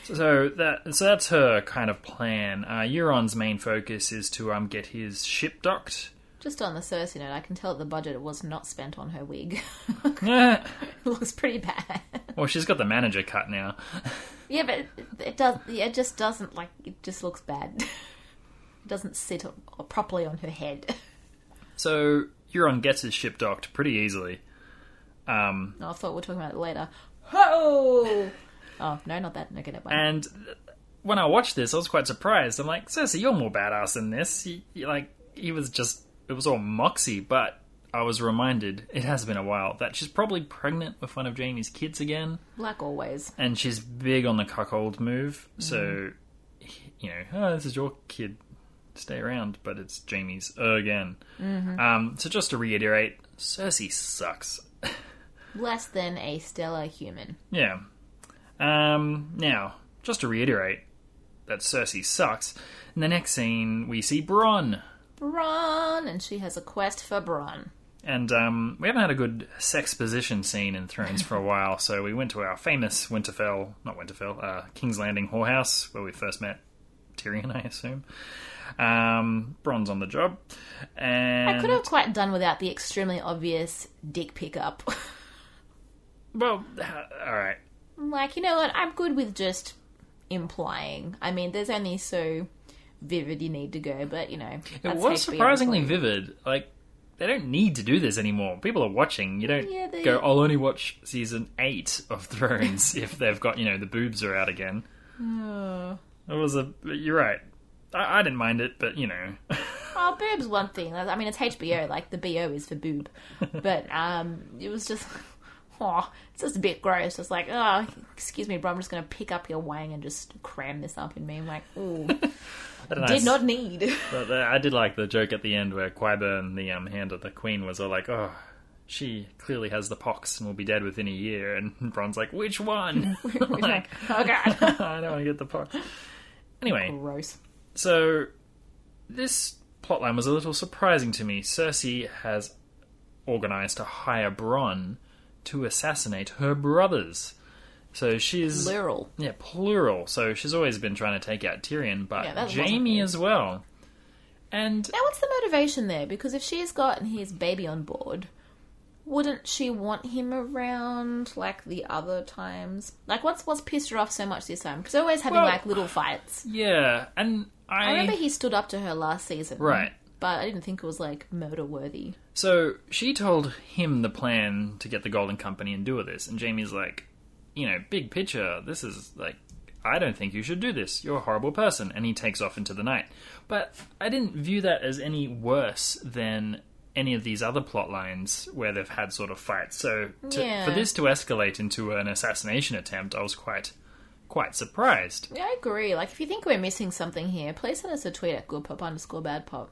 [SPEAKER 11] So that so that's her kind of plan. Uh, Euron's main focus is to um get his ship docked.
[SPEAKER 12] Just on the Cersei note, I can tell that the budget was not spent on her wig.
[SPEAKER 11] Yeah.
[SPEAKER 12] it looks pretty bad.
[SPEAKER 11] Well, she's got the manager cut now.
[SPEAKER 12] Yeah, but it, it does. Yeah, it just doesn't like. It just looks bad. it doesn't sit o- properly on her head.
[SPEAKER 11] So Euron gets his ship docked pretty easily. Um,
[SPEAKER 12] No, I thought we were talking about it later. Ho! Oh no, not that. No, get it. Bye.
[SPEAKER 11] And when I watched this, I was quite surprised. I'm like, Cersei, you're more badass than this. He, he, like, he was just, it was all moxie, but I was reminded, it has been a while, that she's probably pregnant with one of Jamie's kids again,
[SPEAKER 12] like always.
[SPEAKER 11] and she's big on the cuckold move, so,
[SPEAKER 12] Mm-hmm.
[SPEAKER 11] he- you know, oh, this is your kid, stay around, but it's Jamie's again.
[SPEAKER 12] Mm-hmm.
[SPEAKER 11] Um, so just to reiterate, Cersei sucks.
[SPEAKER 12] Less than a stellar human.
[SPEAKER 11] Yeah. Um, now, just to reiterate that Cersei sucks, in the next scene we see Bronn.
[SPEAKER 12] Bronn, and she has a quest for Bronn.
[SPEAKER 11] And um, we haven't had a good sex position scene in Thrones for a while, so we went to our famous Winterfell, not Winterfell, uh, King's Landing whorehouse, where we first met Tyrion, I assume. Um, Bronn's on the job. And,
[SPEAKER 12] I could have quite done without the extremely obvious dick pickup.
[SPEAKER 11] Well, uh, alright.
[SPEAKER 12] I'm like, you know what? I'm good with just implying. I mean, there's only so vivid you need to go, but you know,
[SPEAKER 11] It
[SPEAKER 12] that's
[SPEAKER 11] was
[SPEAKER 12] HBO,
[SPEAKER 11] surprisingly
[SPEAKER 12] so-
[SPEAKER 11] vivid. Like they don't need to do this anymore. People are watching. You don't
[SPEAKER 12] Yeah, they-
[SPEAKER 11] go. I'll only watch season eight of Thrones if they've got you know the boobs are out again.
[SPEAKER 12] Oh.
[SPEAKER 11] It was a. You're right. I, I didn't mind it, but you know,
[SPEAKER 12] Oh, boob's one thing. I mean, it's HBO. Like the bo is for boob, but um, it was just. Oh, it's just a bit gross. It's like, oh, excuse me, bro. I'm just gonna pick up your wang and just cram this up in me. I'm like, ooh,
[SPEAKER 11] I, don't know,
[SPEAKER 12] did not need.
[SPEAKER 11] but, uh, I did like the joke at the end where Qyburn, the um, hand of the queen, was all like, "Oh, she clearly has the pox and will be dead within a year." And Bron's like, "Which one?" like,
[SPEAKER 12] oh god,
[SPEAKER 11] I don't want to get the pox. Anyway,
[SPEAKER 12] gross.
[SPEAKER 11] So, this plotline was a little surprising to me. Cersei has organized to hire Bronn to assassinate her brothers. So she's
[SPEAKER 12] Plural.
[SPEAKER 11] yeah plural. So she's always been trying to take out Tyrion, but
[SPEAKER 12] Yeah, that wasn't
[SPEAKER 11] Jamie
[SPEAKER 12] good.
[SPEAKER 11] as well. And
[SPEAKER 12] Now, what's the motivation there? Because if she's gotten his baby on board, wouldn't she want him around like the other times? Like, what's what's pissed her off so much this time? Because they're always having
[SPEAKER 11] Well-
[SPEAKER 12] like little fights.
[SPEAKER 11] yeah, and I,
[SPEAKER 12] I remember he stood up to her last season,
[SPEAKER 11] Right.
[SPEAKER 12] But I didn't think it was like murder worthy.
[SPEAKER 11] So she told him the plan to get the Golden Company and do all this, and Jamie's like, you know, big picture, this is like, I don't think you should do this. You're a horrible person, and he takes off into the night. But I didn't view that as any worse than any of these other plot lines where they've had sort of fights. So to,
[SPEAKER 12] Yeah.
[SPEAKER 11] for this to escalate into an assassination attempt, I was quite, quite surprised.
[SPEAKER 12] Yeah, I agree. Like, if you think we're missing something here, please send us a tweet at goodpop underscore badpop.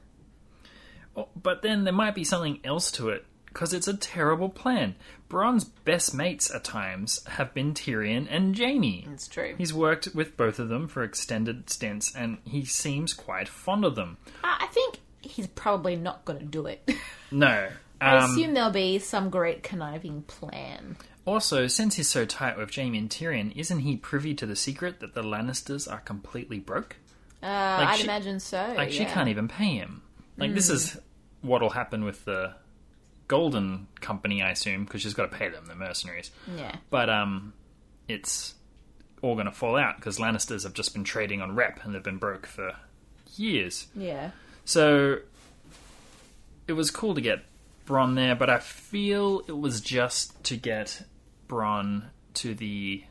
[SPEAKER 11] Oh, But then there might be something else to it, because it's a terrible plan. Bronn's best mates at times have been Tyrion and Jamie.
[SPEAKER 12] It's true.
[SPEAKER 11] He's worked with both of them for extended stints, and he seems quite fond of them.
[SPEAKER 12] I I think he's probably not going to do it.
[SPEAKER 11] No.
[SPEAKER 12] I
[SPEAKER 11] Um,
[SPEAKER 12] assume there'll be some great conniving plan.
[SPEAKER 11] also, since he's so tight with Jamie and Tyrion, isn't he privy to the secret that the Lannisters are completely broke?
[SPEAKER 12] Uh,
[SPEAKER 11] Like,
[SPEAKER 12] I'd
[SPEAKER 11] she-
[SPEAKER 12] imagine so.
[SPEAKER 11] Like, she
[SPEAKER 12] yeah.
[SPEAKER 11] can't even pay him. Like, this is what'll happen with the Golden Company, I assume, because she's got to pay them, the mercenaries.
[SPEAKER 12] Yeah.
[SPEAKER 11] But um, it's all going to fall out because Lannisters have just been trading on rep and they've been broke for years.
[SPEAKER 12] Yeah.
[SPEAKER 11] So it was cool to get Bron there, but I feel it was just to get Bron to the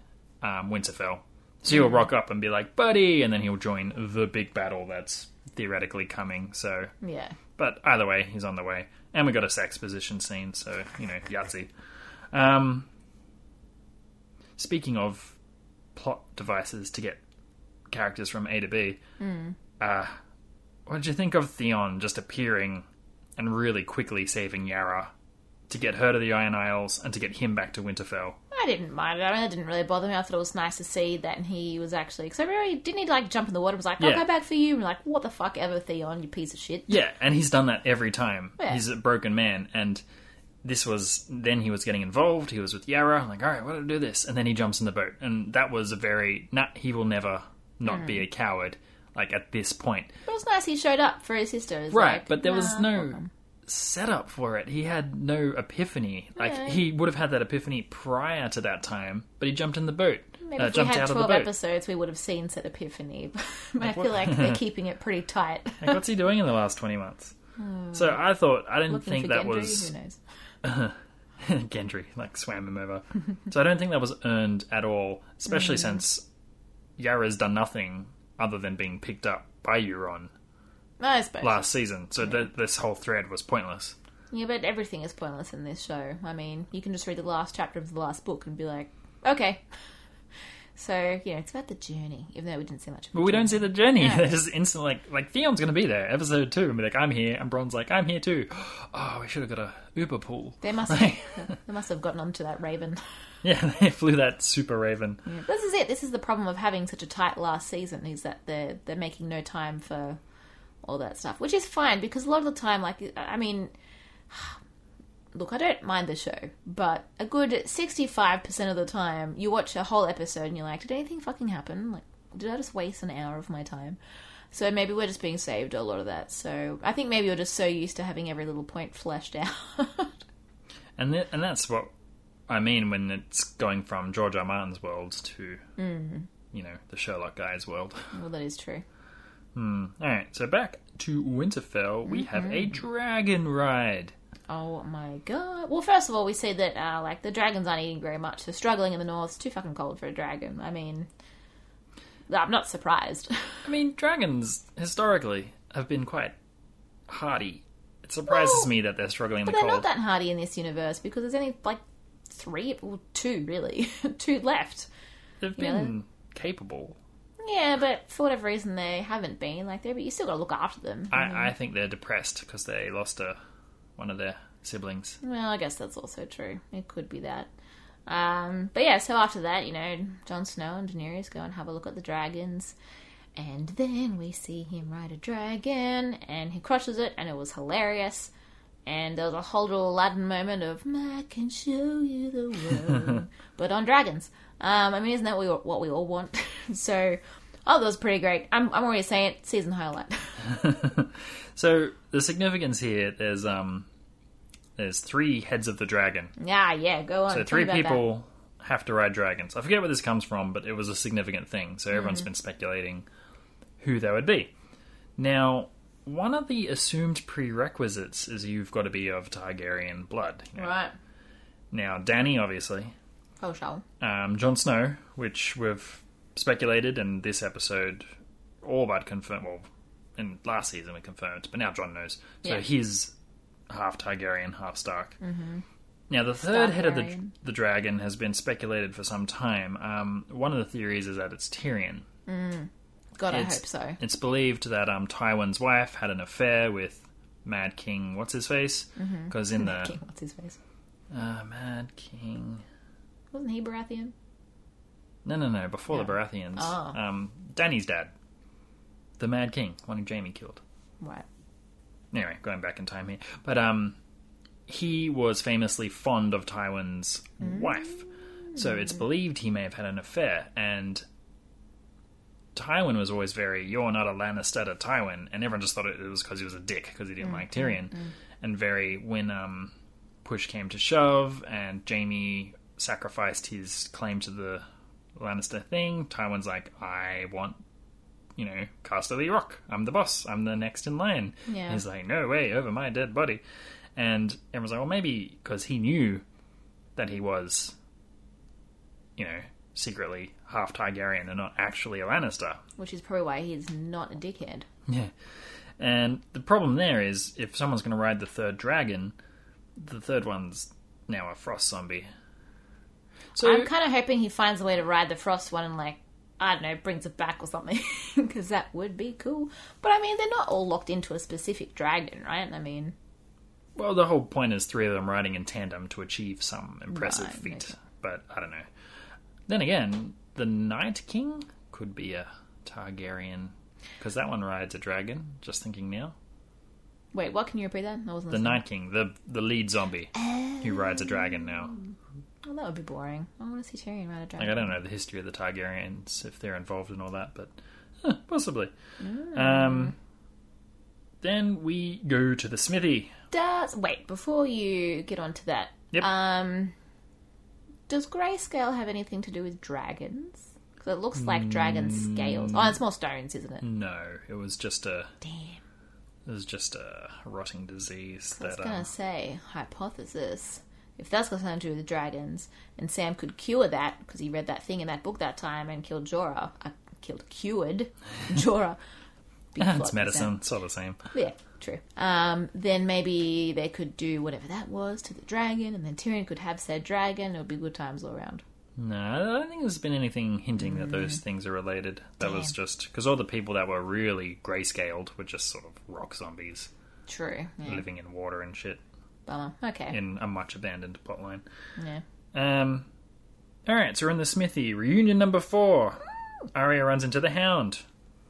[SPEAKER 11] um, Winterfell. So he'll rock up and be like, buddy, and then he'll join the big battle that's theoretically coming. So,
[SPEAKER 12] Yeah.
[SPEAKER 11] but either way, he's on the way, and we got a sex position scene, so you know, Yahtzee. Um, Speaking of plot devices to get characters from A to B, uh, what did you think of Theon just appearing and really quickly saving Yara to get her to the Iron Isles and to get him back to Winterfell?
[SPEAKER 12] I didn't mind it. I mean, it didn't really bother me. I thought it was nice to see that he was actually. Because I really didn't he like jump in the water? and Was like, I'll
[SPEAKER 11] Yeah.
[SPEAKER 12] go back for you. And like, what the fuck ever, Theon, you piece of shit.
[SPEAKER 11] Yeah, and he's done that every time.
[SPEAKER 12] Yeah.
[SPEAKER 11] He's a broken man, and this was then he was getting involved. He was with Yara. I'm like, all right, what do I do this? And then he jumps in the boat, and that was a very nah. He will never not be a coward. Like at this point,
[SPEAKER 12] But Mm. it was nice he showed up for his sister. It was
[SPEAKER 11] right?
[SPEAKER 12] like,
[SPEAKER 11] but there was
[SPEAKER 12] nah,
[SPEAKER 11] no
[SPEAKER 12] fuck 'em.
[SPEAKER 11] setup for it. He had no epiphany. Like he would have had that epiphany prior to that time, but he jumped in the boat.
[SPEAKER 12] Maybe
[SPEAKER 11] uh,
[SPEAKER 12] if we
[SPEAKER 11] jumped
[SPEAKER 12] had
[SPEAKER 11] out of the
[SPEAKER 12] twelve
[SPEAKER 11] boat.
[SPEAKER 12] episodes, we would have seen said epiphany. But I feel like they're keeping it pretty tight.
[SPEAKER 11] Like, what's he doing in the last twenty months? So I thought I didn't
[SPEAKER 12] Hmm. Looking
[SPEAKER 11] think
[SPEAKER 12] for
[SPEAKER 11] that
[SPEAKER 12] Gendry,
[SPEAKER 11] was
[SPEAKER 12] who knows?
[SPEAKER 11] Gendry like swam him over. so I don't think that was earned at all, especially
[SPEAKER 12] Hmm.
[SPEAKER 11] since Yara's done nothing other than being picked up by Euron
[SPEAKER 12] I suppose.
[SPEAKER 11] last season. So th- this whole thread was pointless.
[SPEAKER 12] Yeah, but everything is pointless in this show. I mean, you can just read the last chapter of the last book and be like, okay. So yeah, it's about the journey, even though we didn't see much. Of
[SPEAKER 11] But we don't see the journey. They're just instantly like like Theon's gonna be there episode two and be like I'm here, and Bron's like I'm here too. Oh, we should have got a Uber pool.
[SPEAKER 12] They must have, they must have gotten onto that raven. Mm.
[SPEAKER 11] Yeah, they flew that super Raven.
[SPEAKER 12] This is it. This is the problem of having such a tight last season is that they're they're making no time for all that stuff, which is fine because a lot of the time, like I mean, look, I don't mind the show, but a good sixty five percent of the time, you watch a whole episode and you're like, did anything fucking happen? Like, did I just waste an hour of my time? So maybe we're just being saved a lot of that. So I think maybe you're just so used to having every little point fleshed out.
[SPEAKER 11] And th- and that's what I mean when it's going from George R. Martin's world to
[SPEAKER 12] Mm-hmm.
[SPEAKER 11] you know the Sherlock guy's world.
[SPEAKER 12] well, that is true.
[SPEAKER 11] All right, so back to Winterfell, we have
[SPEAKER 12] Mm-hmm.
[SPEAKER 11] a dragon ride.
[SPEAKER 12] Oh my god. Well, first of all, we see that, uh, like, the dragons aren't eating very much. They're struggling in the north. It's too fucking cold for a dragon. I mean, I'm not surprised.
[SPEAKER 11] I mean, dragons historically have been quite hardy. It surprises
[SPEAKER 12] Well,
[SPEAKER 11] me that they're struggling in
[SPEAKER 12] but
[SPEAKER 11] the
[SPEAKER 12] they're
[SPEAKER 11] cold.
[SPEAKER 12] not that hardy in this universe because there's only, like, three, well, two, really. two left.
[SPEAKER 11] They've
[SPEAKER 12] Yeah,
[SPEAKER 11] been capable.
[SPEAKER 12] Yeah, but for whatever reason, they haven't been. Like, they but you still gotta look after them.
[SPEAKER 11] I, I think they're depressed because they lost a one of their siblings.
[SPEAKER 12] Well, I guess that's also true. It could be that. Um, but yeah, so after that, you know, Jon Snow and Daenerys go and have a look at the dragons. And then we see him ride a dragon and he crushes it, and it was hilarious. And there was a whole little Aladdin moment of, I can show you the world, but on dragons. Um, I mean, isn't that we, what we all want? so, oh, that was pretty great. I'm, I'm already saying it, season highlight.
[SPEAKER 11] So the significance here, there's um, there's three heads of the dragon.
[SPEAKER 12] yeah, Ah, yeah, go on.
[SPEAKER 11] So
[SPEAKER 12] tell
[SPEAKER 11] three
[SPEAKER 12] me about that.
[SPEAKER 11] people have to ride dragons. I forget where this comes from, but it was a significant thing.
[SPEAKER 12] Mm-hmm.
[SPEAKER 11] So everyone's been speculating who they would be. Now, one of the assumed prerequisites is you've got to be of Targaryen blood. you know.
[SPEAKER 12] Right.
[SPEAKER 11] Now, Danny, obviously,
[SPEAKER 12] Oh, shall
[SPEAKER 11] um, Jon Snow, which we've speculated in this episode, all but confirmed. Well, in last season we confirmed, but now Jon knows. So
[SPEAKER 12] Yeah.
[SPEAKER 11] he's half Targaryen, half Stark. Mm-hmm. Now the third head of the
[SPEAKER 12] Starkarian.
[SPEAKER 11] the dragon has been speculated for some time. Um, one of the theories is that it's Tyrion.
[SPEAKER 12] Mm. God, I
[SPEAKER 11] it's,
[SPEAKER 12] hope so.
[SPEAKER 11] It's believed that um, Tywin's wife had an affair with Mad King. What's his face? Because in the
[SPEAKER 12] Mm-hmm. King, what's his face?
[SPEAKER 11] Uh, Mad King.
[SPEAKER 12] Wasn't he Baratheon?
[SPEAKER 11] No, no, no. Before the Baratheons,
[SPEAKER 12] Oh.
[SPEAKER 11] um, Danny's dad, the Mad King, one who Jamie killed.
[SPEAKER 12] Right.
[SPEAKER 11] Anyway, going back in time here, but um, he was famously fond of Tywin's wife, so it's believed he may have had an affair. And Tywin was always very, "You're not a Lannister to Tywin," and everyone just thought it was because he was a dick because he didn't like Tyrion, and very when um, push came to shove, and Jamie sacrificed his claim to the Lannister thing. Tywin's like, I want, you know, Casterly Rock. I'm the boss. I'm the next in line.
[SPEAKER 12] Yeah.
[SPEAKER 11] He's like, no way, over my dead body. And everyone's like, well, maybe because he knew that he was, you know, secretly half Targaryen and not actually a Lannister.
[SPEAKER 12] Which is probably why he's not a dickhead.
[SPEAKER 11] Yeah. And the problem there is if someone's going to ride the third dragon, the third one's now a frost zombie. So
[SPEAKER 12] I'm kind of hoping he finds a way to ride the frost one and like I don't know, brings it back or something because that would be cool. But I mean, they're not all locked into a specific dragon, right? I mean,
[SPEAKER 11] Well, the whole point is three of them riding in tandem to achieve some impressive
[SPEAKER 12] Right,
[SPEAKER 11] feat, but I don't know. Then again, the Night King could be a Targaryen because that one rides a dragon. Just thinking now,
[SPEAKER 12] wait, what can you repeat that? I wasn't
[SPEAKER 11] the
[SPEAKER 12] listening.
[SPEAKER 11] Night King, the the lead zombie who rides a dragon now.
[SPEAKER 12] Oh, that would be boring. I want to see Tyrion ride a
[SPEAKER 11] Like
[SPEAKER 12] dragon.
[SPEAKER 11] I don't know the history of the Targaryens if they're involved in all that, but huh, possibly.
[SPEAKER 12] Mm.
[SPEAKER 11] Um, then we go to the smithy.
[SPEAKER 12] Does wait before you get onto that?
[SPEAKER 11] Yep.
[SPEAKER 12] Um, does grayscale have anything to do with dragons? Because it looks like dragon scales. Oh, it's more stones, isn't it?
[SPEAKER 11] Mm. No, it was just a
[SPEAKER 12] Damn.
[SPEAKER 11] it was just a rotting disease
[SPEAKER 12] I was
[SPEAKER 11] that
[SPEAKER 12] gonna
[SPEAKER 11] um,
[SPEAKER 12] say hypothesis. If that's got something to do with dragons, and Sam could cure that because he read that thing in that book that time and killed Jorah, uh, killed cured Jorah. Big plot,
[SPEAKER 11] it's
[SPEAKER 12] Sam.
[SPEAKER 11] medicine. It's all the same.
[SPEAKER 12] Yeah, true. Um, then maybe they could do whatever that was to the dragon, and then Tyrion could have said dragon. It would be good times all around.
[SPEAKER 11] No, I don't think there's been anything hinting that those
[SPEAKER 12] Mm.
[SPEAKER 11] things are related. That was just because all the people that were really grayscaled were just sort of rock zombies
[SPEAKER 12] True. Yeah.
[SPEAKER 11] living in water and shit
[SPEAKER 12] Bummer. Okay.
[SPEAKER 11] in a much abandoned plotline.
[SPEAKER 12] Yeah.
[SPEAKER 11] Um, all right, so we're in the smithy reunion number four. Arya runs into the Hound,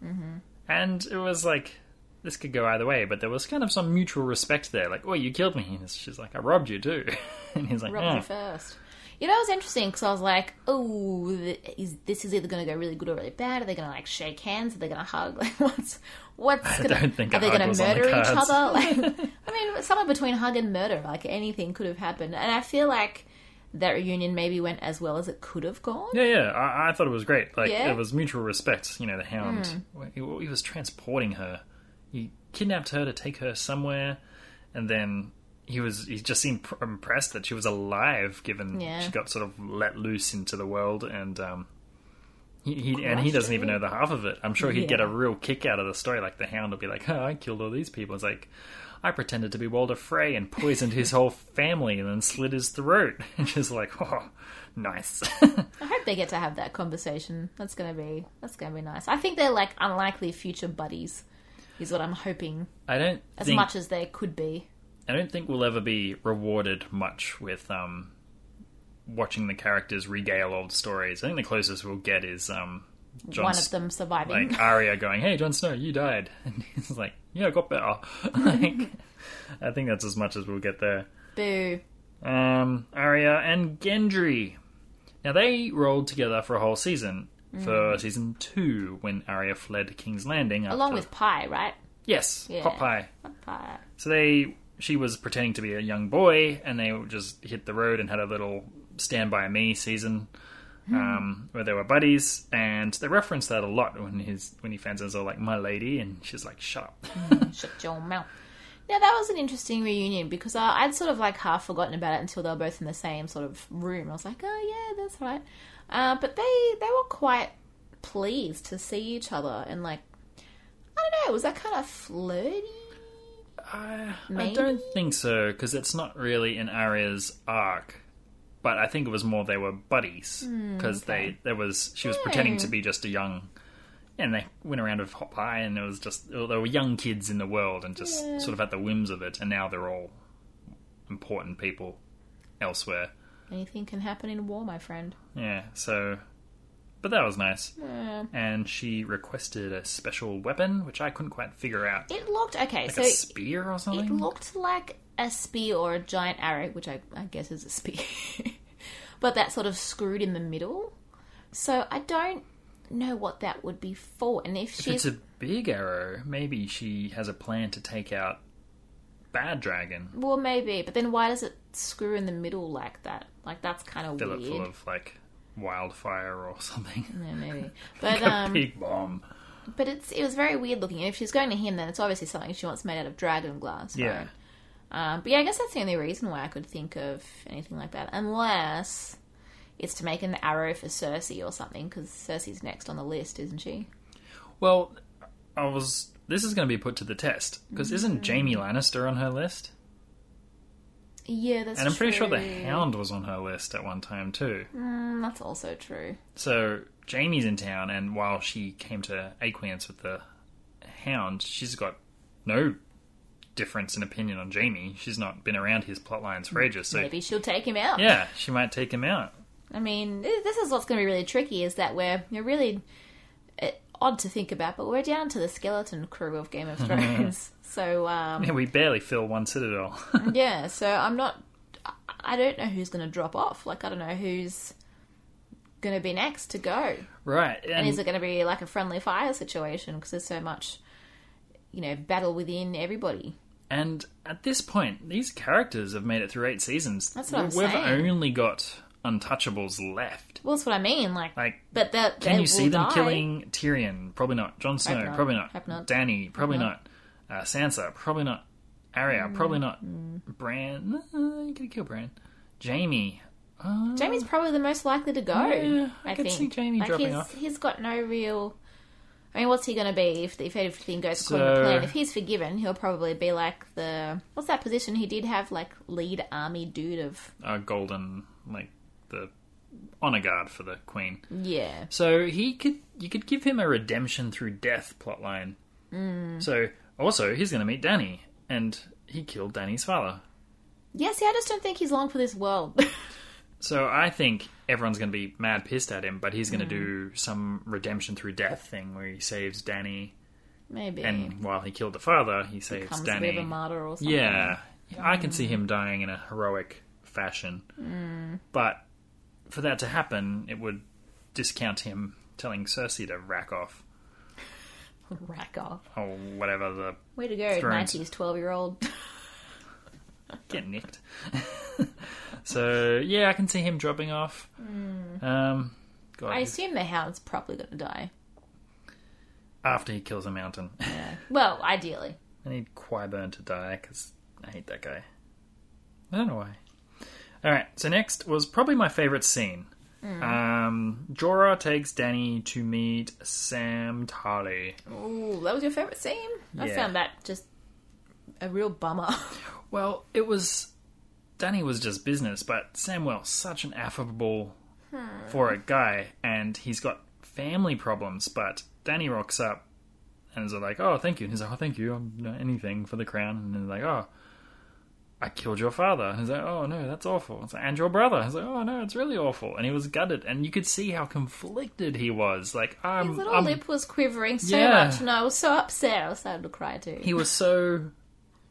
[SPEAKER 11] mm-hmm. and it was like this could go either way, but there was kind of some mutual respect there. Like, oh, you killed me. And she's like, I robbed you too, and he's like,
[SPEAKER 12] Robbed
[SPEAKER 11] "Ah."
[SPEAKER 12] you first. You know, it was interesting because I was like, "Oh, th- is this is either going to go really good or really bad? Are they going to like shake hands? Are they going to hug? Like, what's what's? gonna,
[SPEAKER 11] don't think
[SPEAKER 12] are
[SPEAKER 11] a
[SPEAKER 12] they
[SPEAKER 11] hug
[SPEAKER 12] gonna
[SPEAKER 11] was on the
[SPEAKER 12] murder each
[SPEAKER 11] cards.
[SPEAKER 12] other? Like, I mean, somewhere between hug and murder, like anything could have happened. And I feel like that reunion maybe went as well as it could have gone.
[SPEAKER 11] Yeah, yeah. I, I thought it was great. Like
[SPEAKER 12] Yeah? Hmm.
[SPEAKER 11] it was mutual respect. You know, the hound. He, he was transporting her. He kidnapped her to take her somewhere, and then he was. He just seemed pr- impressed that she was alive, given
[SPEAKER 12] Yeah.
[SPEAKER 11] she got sort of let loose into the world, and um, he, he and he doesn't even know the half of it. I'm sure he'd get a real kick out of the story. Like the hound would be like, "Oh, I killed all these people." It's like. I pretended to be Walder Frey and poisoned his whole family and then slit his throat. And she's like, oh, nice.
[SPEAKER 12] I hope they get to have that conversation. That's gonna be that's gonna be nice. I think they're like unlikely future buddies, is what I'm hoping.
[SPEAKER 11] I don't
[SPEAKER 12] As
[SPEAKER 11] think
[SPEAKER 12] much as they could be.
[SPEAKER 11] I don't think we'll ever be rewarded much with um, watching the characters regale old stories. I think the closest we'll get is um, John
[SPEAKER 12] One of them surviving.
[SPEAKER 11] like Arya going, "Hey, Jon Snow, you died," and he's like, "Yeah, I got better." like, I think that's as much as we'll get there.
[SPEAKER 12] Boo.
[SPEAKER 11] Um, Arya and Gendry. Now they rolled together for a whole season. For season two, when Arya fled King's Landing, after,
[SPEAKER 12] Mm. Along with Pie, right?
[SPEAKER 11] yes,
[SPEAKER 12] Yeah.
[SPEAKER 11] Hot Pie.
[SPEAKER 12] Pie.
[SPEAKER 11] So they, she was pretending to be a young boy, and they just hit the road and had a little Stand By Me season
[SPEAKER 12] Hmm.
[SPEAKER 11] um, where they were buddies, and they reference that a lot when his when he finds her like my lady, and she's like shut up.
[SPEAKER 12] Shut your mouth. Now that was an interesting reunion because I, I'd sort of like half forgotten about it until they were both in the same sort of room. I was like, oh yeah, that's right. Uh, but they they were quite pleased to see each other and like I don't know, was that kind of flirty?
[SPEAKER 11] I don't think so because it's not really in Arya's arc. But I think it was more they were buddies because they there was she was pretending to be just a young, and they went around with hot pie and it was just they were young kids in the world and just sort of at the whims of it and now they're all important people elsewhere.
[SPEAKER 12] Anything can happen in war, my friend.
[SPEAKER 11] Yeah, so. But that was nice. And she requested a special weapon, which I couldn't quite figure out.
[SPEAKER 12] It looked okay.
[SPEAKER 11] Like
[SPEAKER 12] so
[SPEAKER 11] a spear or something?
[SPEAKER 12] it looked like a spear or a giant arrow, which I, I guess is a spear, but that sort of screwed in the middle. So I don't know what that would be for. And if
[SPEAKER 11] If it's
[SPEAKER 12] she's
[SPEAKER 11] a big arrow, maybe she has a plan to take out Bad Dragon.
[SPEAKER 12] well, maybe. But then why does it screw in the middle like that? Like that's kind of
[SPEAKER 11] Fill
[SPEAKER 12] weird.
[SPEAKER 11] it full of like wildfire or something.
[SPEAKER 12] Yeah, maybe. But
[SPEAKER 11] a
[SPEAKER 12] um,
[SPEAKER 11] big bomb.
[SPEAKER 12] but it's it was very weird looking. And if she's going to him, then it's obviously something she wants made out of dragon glass.
[SPEAKER 11] Yeah.
[SPEAKER 12] right? Um, but yeah, I guess that's the only reason why I could think of anything like that, unless it's to make an arrow for Cersei or something, because Cersei's next on the list, isn't she?
[SPEAKER 11] Well, I was.
[SPEAKER 12] Mm-hmm.
[SPEAKER 11] This is going to be put to the test because isn't Jamie Lannister on her list?
[SPEAKER 12] Yeah, that's
[SPEAKER 11] and I'm pretty sure the
[SPEAKER 12] true.
[SPEAKER 11] Hound was on her list at one time too.
[SPEAKER 12] Mm, that's also true.
[SPEAKER 11] So Jamie's in town, and while she came to acquaintance with the Hound, she's got no difference in opinion on Jamie. She's not been around his plot lines for ages, so
[SPEAKER 12] Maybe she'll take him out.
[SPEAKER 11] yeah, she might take him out.
[SPEAKER 12] I mean, th- this is what's going to be really tricky is that we're you're really uh, odd to think about, but we're down to the skeleton crew of Game of Thrones. so um,
[SPEAKER 11] Yeah, we barely fill one citadel.
[SPEAKER 12] yeah, so I'm not. I- I don't know who's going to drop off. Like I don't know who's going to be next to go.
[SPEAKER 11] right,
[SPEAKER 12] And is it going to be like a friendly fire situation because there's so much, you know, battle within everybody?
[SPEAKER 11] And at this point, these characters have made it through eight seasons.
[SPEAKER 12] That's what I'm
[SPEAKER 11] We've
[SPEAKER 12] saying.
[SPEAKER 11] only got Untouchables left.
[SPEAKER 12] Well, that's what I mean. Like,
[SPEAKER 11] Like,
[SPEAKER 12] but that
[SPEAKER 11] can
[SPEAKER 12] they
[SPEAKER 11] you see
[SPEAKER 12] will
[SPEAKER 11] them
[SPEAKER 12] die.
[SPEAKER 11] killing Tyrion? Probably not. Jon Snow?
[SPEAKER 12] not.
[SPEAKER 11] Probably not.
[SPEAKER 12] Hope not.
[SPEAKER 11] Danny? Probably
[SPEAKER 12] not. Mm-hmm.
[SPEAKER 11] not. Uh, Sansa? Probably not. Arya? Probably not. Bran? Uh, you could kill Bran. Jamie? Uh,
[SPEAKER 12] Jamie's probably the most likely to go.
[SPEAKER 11] Yeah, I
[SPEAKER 12] I,
[SPEAKER 11] could
[SPEAKER 12] think.
[SPEAKER 11] see Jamie
[SPEAKER 12] like
[SPEAKER 11] dropping
[SPEAKER 12] he's,
[SPEAKER 11] off.
[SPEAKER 12] He's got no real. I mean, what's he going to be if, if everything goes according
[SPEAKER 11] So-
[SPEAKER 12] to plan? If he's forgiven, he'll probably be like the what's that position he did have, like lead army dude of
[SPEAKER 11] Uh, Golden? Like the honor guard for the Queen.
[SPEAKER 12] yeah.
[SPEAKER 11] So he could you could give him a redemption through death plotline.
[SPEAKER 12] Hmm.
[SPEAKER 11] Mm. So also he's going to meet Danny, and he killed Danny's father.
[SPEAKER 12] Yeah, see, I just don't think he's long for this world.
[SPEAKER 11] So I think everyone's going to be mad pissed at him, but he's
[SPEAKER 12] Hmm.
[SPEAKER 11] going to do some redemption through death thing where he saves Danny,
[SPEAKER 12] Maybe
[SPEAKER 11] and while he killed the father, he saves
[SPEAKER 12] becomes a
[SPEAKER 11] Danny.
[SPEAKER 12] bit of a martyr or something.
[SPEAKER 11] yeah, I can see him dying in a heroic fashion, but for that to happen, it would discount him telling Cersei to rack off
[SPEAKER 12] rack off.
[SPEAKER 11] or whatever the
[SPEAKER 12] Way to go,
[SPEAKER 11] Thrones.
[SPEAKER 12] nineties twelve-year-old.
[SPEAKER 11] get nicked. so yeah, I can see him dropping off. Um, God,
[SPEAKER 12] I
[SPEAKER 11] he's-
[SPEAKER 12] assume the hound's probably going to die.
[SPEAKER 11] after he kills a mountain,
[SPEAKER 12] Well, ideally,
[SPEAKER 11] I need Quiburn to die because I hate that guy. I don't know why. All right, so next was probably my favorite scene. Um, Jorah takes Danny to meet Sam Tarly.
[SPEAKER 12] Ooh, that was your favorite scene. I
[SPEAKER 11] Yeah.
[SPEAKER 12] found that just a real bummer.
[SPEAKER 11] Well, it was Danny was just business, but Samwell's such an affable for a guy, and he's got family problems. But Danny rocks up and is like, "Oh, thank you." And he's like, "Oh, thank you. I'm not anything for the crown." And then like, "Oh, I killed your father." And he's like, "Oh no, that's awful." It's like, and your brother. He's like, "Oh no, it's really awful." And he was gutted, and you could see how conflicted he was. Like, I'm,
[SPEAKER 12] His little
[SPEAKER 11] I'm-
[SPEAKER 12] lip was quivering so
[SPEAKER 11] Yeah.
[SPEAKER 12] much, and I was so upset. I started to cry too.
[SPEAKER 11] he was so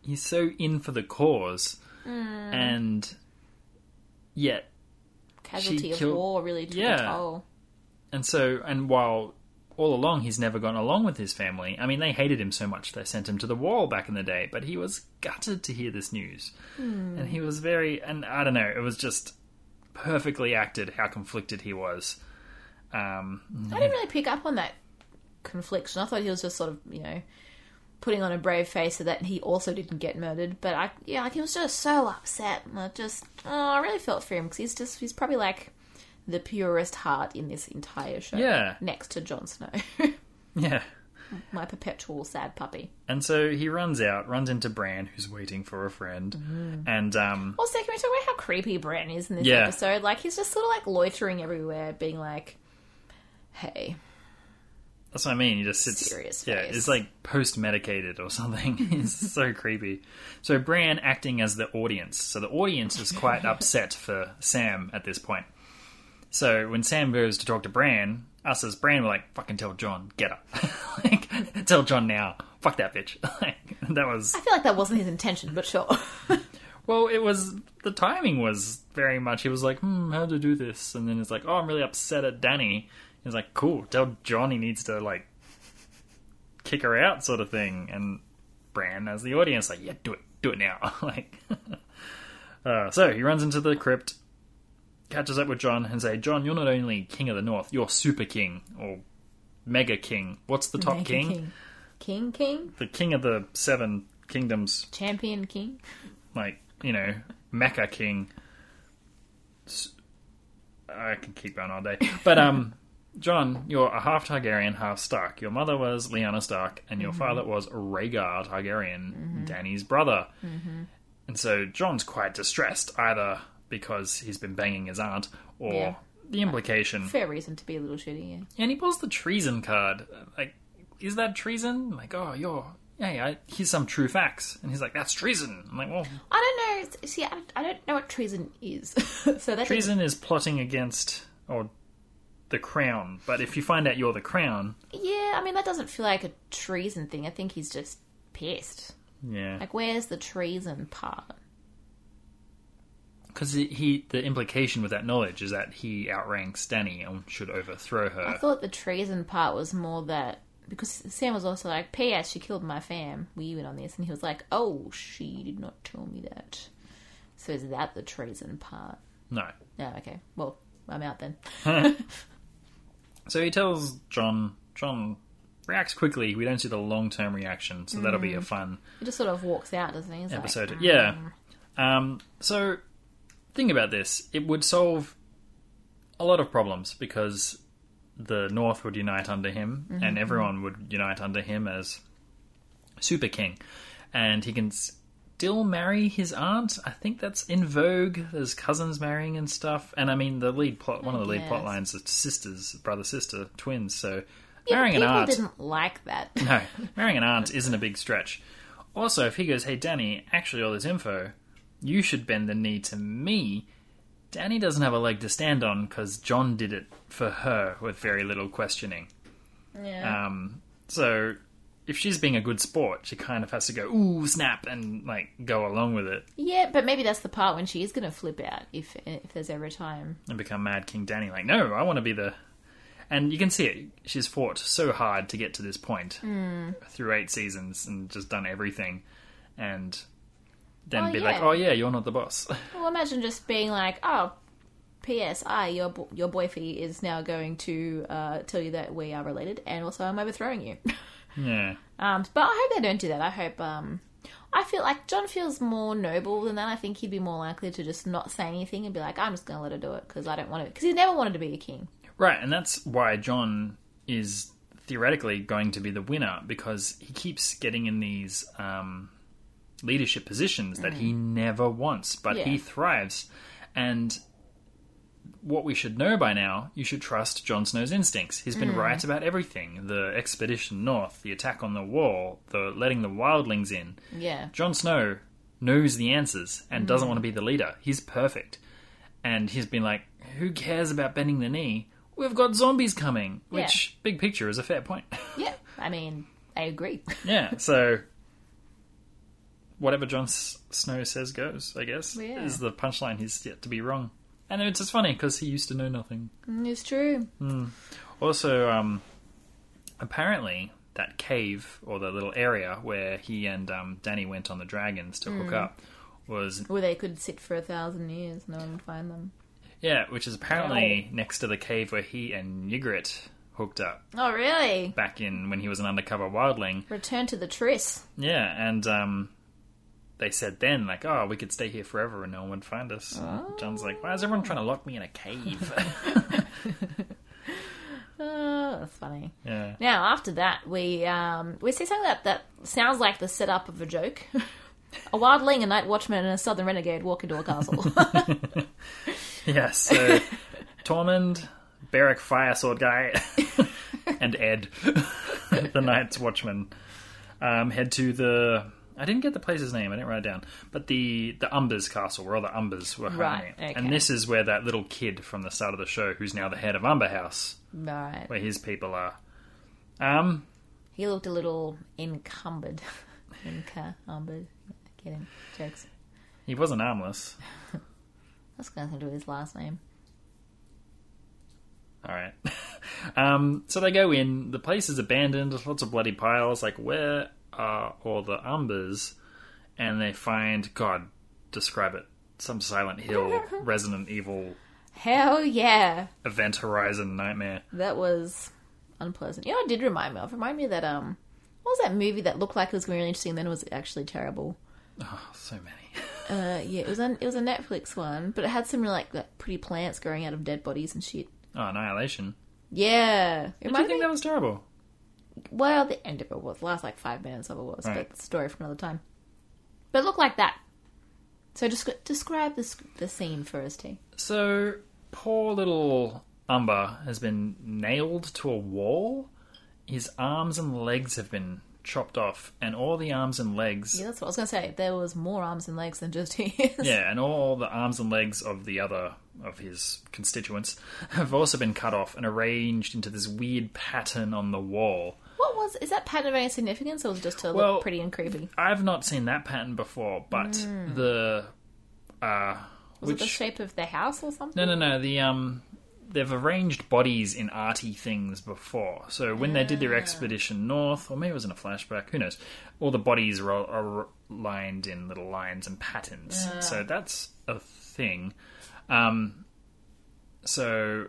[SPEAKER 11] he's so in for the cause
[SPEAKER 12] Mm.
[SPEAKER 11] and yet
[SPEAKER 12] Casualty of
[SPEAKER 11] killed-
[SPEAKER 12] war really took
[SPEAKER 11] Yeah.
[SPEAKER 12] a toll.
[SPEAKER 11] and so and while all along he's never gone along with his family i mean they hated him so much they sent him to the wall back in the day but he was gutted to hear this news
[SPEAKER 12] Hmm.
[SPEAKER 11] and he was very and i don't know it was just perfectly acted how conflicted he was um
[SPEAKER 12] I didn't really pick up on that confliction. I thought he was just sort of, you know, putting on a brave face so that he also didn't get murdered. But I, yeah, like he was just so upset. And I just, oh, I really felt for him because he's just, he's probably like the purest heart in this entire show.
[SPEAKER 11] Yeah.
[SPEAKER 12] Next to Jon Snow,
[SPEAKER 11] yeah
[SPEAKER 12] my perpetual sad puppy.
[SPEAKER 11] and so he runs out runs into bran who's waiting for a friend
[SPEAKER 12] Mm-hmm.
[SPEAKER 11] and um
[SPEAKER 12] Also, can we talk about how creepy Bran is in this
[SPEAKER 11] Yeah.
[SPEAKER 12] episode? Like, he's just sort of like loitering everywhere, being like, "Hey,
[SPEAKER 11] That's what I mean. He just sits.
[SPEAKER 12] Serious
[SPEAKER 11] yeah,
[SPEAKER 12] face.
[SPEAKER 11] it's like post medicated or something. it's so creepy. So Bran acting as the audience. So the audience is quite upset for Sam at this point. So when Sam goes to talk to Bran, us as Bran were like, "Fucking tell John, get up! like, tell John now. Fuck that bitch." like, that was
[SPEAKER 12] I feel like that wasn't his intention, but sure."
[SPEAKER 11] well. It was the timing was very much. He was like, "Hmm, how to do this?" And then it's like, "Oh, I'm really upset at Danny." He's like, "Cool, tell John he needs to like kick her out sort of thing and Bran as the audience like yeah do it do it now like uh, so he runs into the crypt catches up with John and say John you're not only king of the north you're super king or mega king what's the top king?
[SPEAKER 12] King, king, king,
[SPEAKER 11] the king of the seven kingdoms
[SPEAKER 12] champion, king.
[SPEAKER 11] like you know Mecca king S- I can keep going all day but um John, you're a half Targaryen, half Stark. Your mother was
[SPEAKER 12] Mm-hmm. Mm-hmm.
[SPEAKER 11] Lyanna Stark, and your father was Rhaegar Targaryen, Danny's brother. And so John's quite distressed, either because he's been banging his aunt or
[SPEAKER 12] Yeah.
[SPEAKER 11] the implication.
[SPEAKER 12] Fair reason to be a little shitty, yeah.
[SPEAKER 11] And he pulls the treason card. Like, is that treason? Like, oh, you're. Hey, I, here's some true facts. And he's like, that's treason. I'm like, well,
[SPEAKER 12] I don't know. See, I don't, I don't know what treason is. so that
[SPEAKER 11] treason is plotting against or the crown. But if you find out you're the crown,
[SPEAKER 12] doesn't- Yeah, I mean that doesn't feel like a treason thing. I think he's just pissed.
[SPEAKER 11] yeah,
[SPEAKER 12] Like, where's the treason part?
[SPEAKER 11] Because he, the implication with that knowledge is that he outranks Danny and should overthrow
[SPEAKER 12] I
[SPEAKER 11] her.
[SPEAKER 12] thought the treason part was more that because Sam was also like, "P.S. She killed my fam. Were you in on this?" And he was like, "Oh, she did not tell me that." So is that the treason part?
[SPEAKER 11] No.
[SPEAKER 12] No, okay. Well, I'm out then.
[SPEAKER 11] So he tells John. John reacts quickly. We don't see the long term reaction, so that'll be a fun
[SPEAKER 12] He Mm. just sort of walks out, doesn't he? He's like, "Ah."
[SPEAKER 11] episode. yeah. Um, so think about this. It would solve a lot of problems because the North would unite under him,
[SPEAKER 12] Mm-hmm.
[SPEAKER 11] and everyone would unite under him as super king, and he can still marry his aunt. I think that's in vogue. There's cousins marrying and stuff, and I mean the lead plot. One of the lead
[SPEAKER 12] guess.
[SPEAKER 11] plot lines is sisters, brother sister, twins. So
[SPEAKER 12] Yeah,
[SPEAKER 11] marrying an
[SPEAKER 12] people
[SPEAKER 11] aunt
[SPEAKER 12] didn't like that.
[SPEAKER 11] no, marrying an aunt isn't a big stretch. Also, if he goes, hey, Danny, actually, all this info, you should bend the knee to me, Danny doesn't have a leg to stand on because John did it for her with very little questioning.
[SPEAKER 12] Yeah.
[SPEAKER 11] Um, so, if she's being a good sport, she kind of has to go, ooh, snap, and like go along with it
[SPEAKER 12] yeah, but maybe that's the part when she is going to flip out if if there's ever a time.
[SPEAKER 11] and become Mad King Danny. Like, no, I want to be the. And you can see it. She's fought so hard to get to this point
[SPEAKER 12] Hmm.
[SPEAKER 11] through eight seasons and just done everything. And then
[SPEAKER 12] Oh,
[SPEAKER 11] be like,
[SPEAKER 12] yeah.
[SPEAKER 11] oh, yeah, you're not the boss.
[SPEAKER 12] Well, imagine just being like, "Oh, P.S. I your bo- your boyfie is now going to uh, tell you that we are related, and also I'm overthrowing you."
[SPEAKER 11] yeah.
[SPEAKER 12] um, but I hope they don't do that. I hope. Um, I feel like John feels more noble than that. I think he'd be more likely to just not say anything and be like, "I'm just going to let her do it because I don't want to." Because he never wanted to be a king.
[SPEAKER 11] Right, and that's why John is theoretically going to be the winner because he keeps getting in these um, leadership positions that he never wants, but he
[SPEAKER 12] Yeah.
[SPEAKER 11] thrives. And what we should know by now, you should trust Jon Snow's instincts. He's been right about everything the expedition north, the attack on the wall, the letting the wildlings in.
[SPEAKER 12] Yeah. Mm-hmm.
[SPEAKER 11] Jon Snow knows the answers and doesn't want to be the leader. He's perfect. And he's been like, who cares about bending the knee? We've got zombies coming, which, big picture, is a fair point.
[SPEAKER 12] Yeah. I mean, I agree.
[SPEAKER 11] yeah, so whatever Jon S- Snow says goes, I guess,
[SPEAKER 12] Yeah.
[SPEAKER 11] is the punchline he's yet to be wrong. And it's just funny because he used to know nothing.
[SPEAKER 12] it's true.
[SPEAKER 11] Also, um, apparently, that cave or the little area where he and um, Danny went on the dragons to hook up was
[SPEAKER 12] Hmm. Where they could sit for a thousand years, no one would find them.
[SPEAKER 11] Yeah, which is apparently next to the cave where he and Nygrit hooked up
[SPEAKER 12] Oh, really?
[SPEAKER 11] back in when he was an undercover wildling.
[SPEAKER 12] Return to the Triss.
[SPEAKER 11] Yeah, and um, they said then, like, oh, we could stay here forever and no one would find us. And John's like, why is everyone trying to lock me in a cave?
[SPEAKER 12] Oh, that's funny.
[SPEAKER 11] yeah.
[SPEAKER 12] Now, after that, we um, we see something that, that sounds like the setup of a joke. a wildling, a night watchman, and a southern renegade walk into a castle.
[SPEAKER 11] Yeah, so Tormund, Beric Fire Sword Guy, and Ed, the Night's Watchman, um, head to the. I didn't get the place's name. I didn't write it down. But the the Umbers Castle, where all the Umbers were
[SPEAKER 12] Right,
[SPEAKER 11] hiding,
[SPEAKER 12] okay.
[SPEAKER 11] and this is where that little kid from the start of the show, who's now the head of Umber House,
[SPEAKER 12] right.
[SPEAKER 11] where his people are. Um,
[SPEAKER 12] He looked a little encumbered. encumbered. Get him. Jokes.
[SPEAKER 11] he wasn't armless.
[SPEAKER 12] That's nothing to do with his last name.
[SPEAKER 11] All right. um, so they go in. The place is abandoned. Lots of bloody piles. Like, where are all the umbers? And they find God. Describe it. Some Silent Hill, Resident Evil,
[SPEAKER 12] Hell yeah.
[SPEAKER 11] Event Horizon nightmare.
[SPEAKER 12] That was unpleasant. You know, what it did remind me of. Remind me that um, what was that movie that looked like it was really interesting, and then was actually terrible?
[SPEAKER 11] Oh, So many.
[SPEAKER 12] Uh, yeah, it was on, it was a Netflix one, but it had some like, like pretty plants growing out of dead bodies and shit.
[SPEAKER 11] Oh, Annihilation.
[SPEAKER 12] Yeah, it
[SPEAKER 11] Did you
[SPEAKER 12] might
[SPEAKER 11] think
[SPEAKER 12] think
[SPEAKER 11] that was terrible?
[SPEAKER 12] well the end of it was last like five minutes of it was,
[SPEAKER 11] Right.
[SPEAKER 12] but story for another time. But it looked like that. So desc- describe the, sc- the scene for us, T.
[SPEAKER 11] So poor little Umber has been nailed to a wall. His arms and legs have been chopped off, and all the arms and legs
[SPEAKER 12] Yeah, that's what I was going to say. There was more arms and legs than just his.
[SPEAKER 11] Yeah, and all the arms and legs of the other of his constituents have also been cut off and arranged into this weird pattern on the wall.
[SPEAKER 12] What was... Is that pattern of any significance or was it just to
[SPEAKER 11] Well-
[SPEAKER 12] look pretty and creepy?
[SPEAKER 11] I've not seen that pattern before, but the uh
[SPEAKER 12] Hmm. Was
[SPEAKER 11] which
[SPEAKER 12] it the shape of the house or something?
[SPEAKER 11] No, no, no, the um they've arranged bodies in arty things before. So when they did
[SPEAKER 12] Ah.
[SPEAKER 11] their expedition north, or maybe it was in a flashback, who knows. All the bodies are, are lined in little lines and patterns.
[SPEAKER 12] Ah.
[SPEAKER 11] So that's a thing. Um so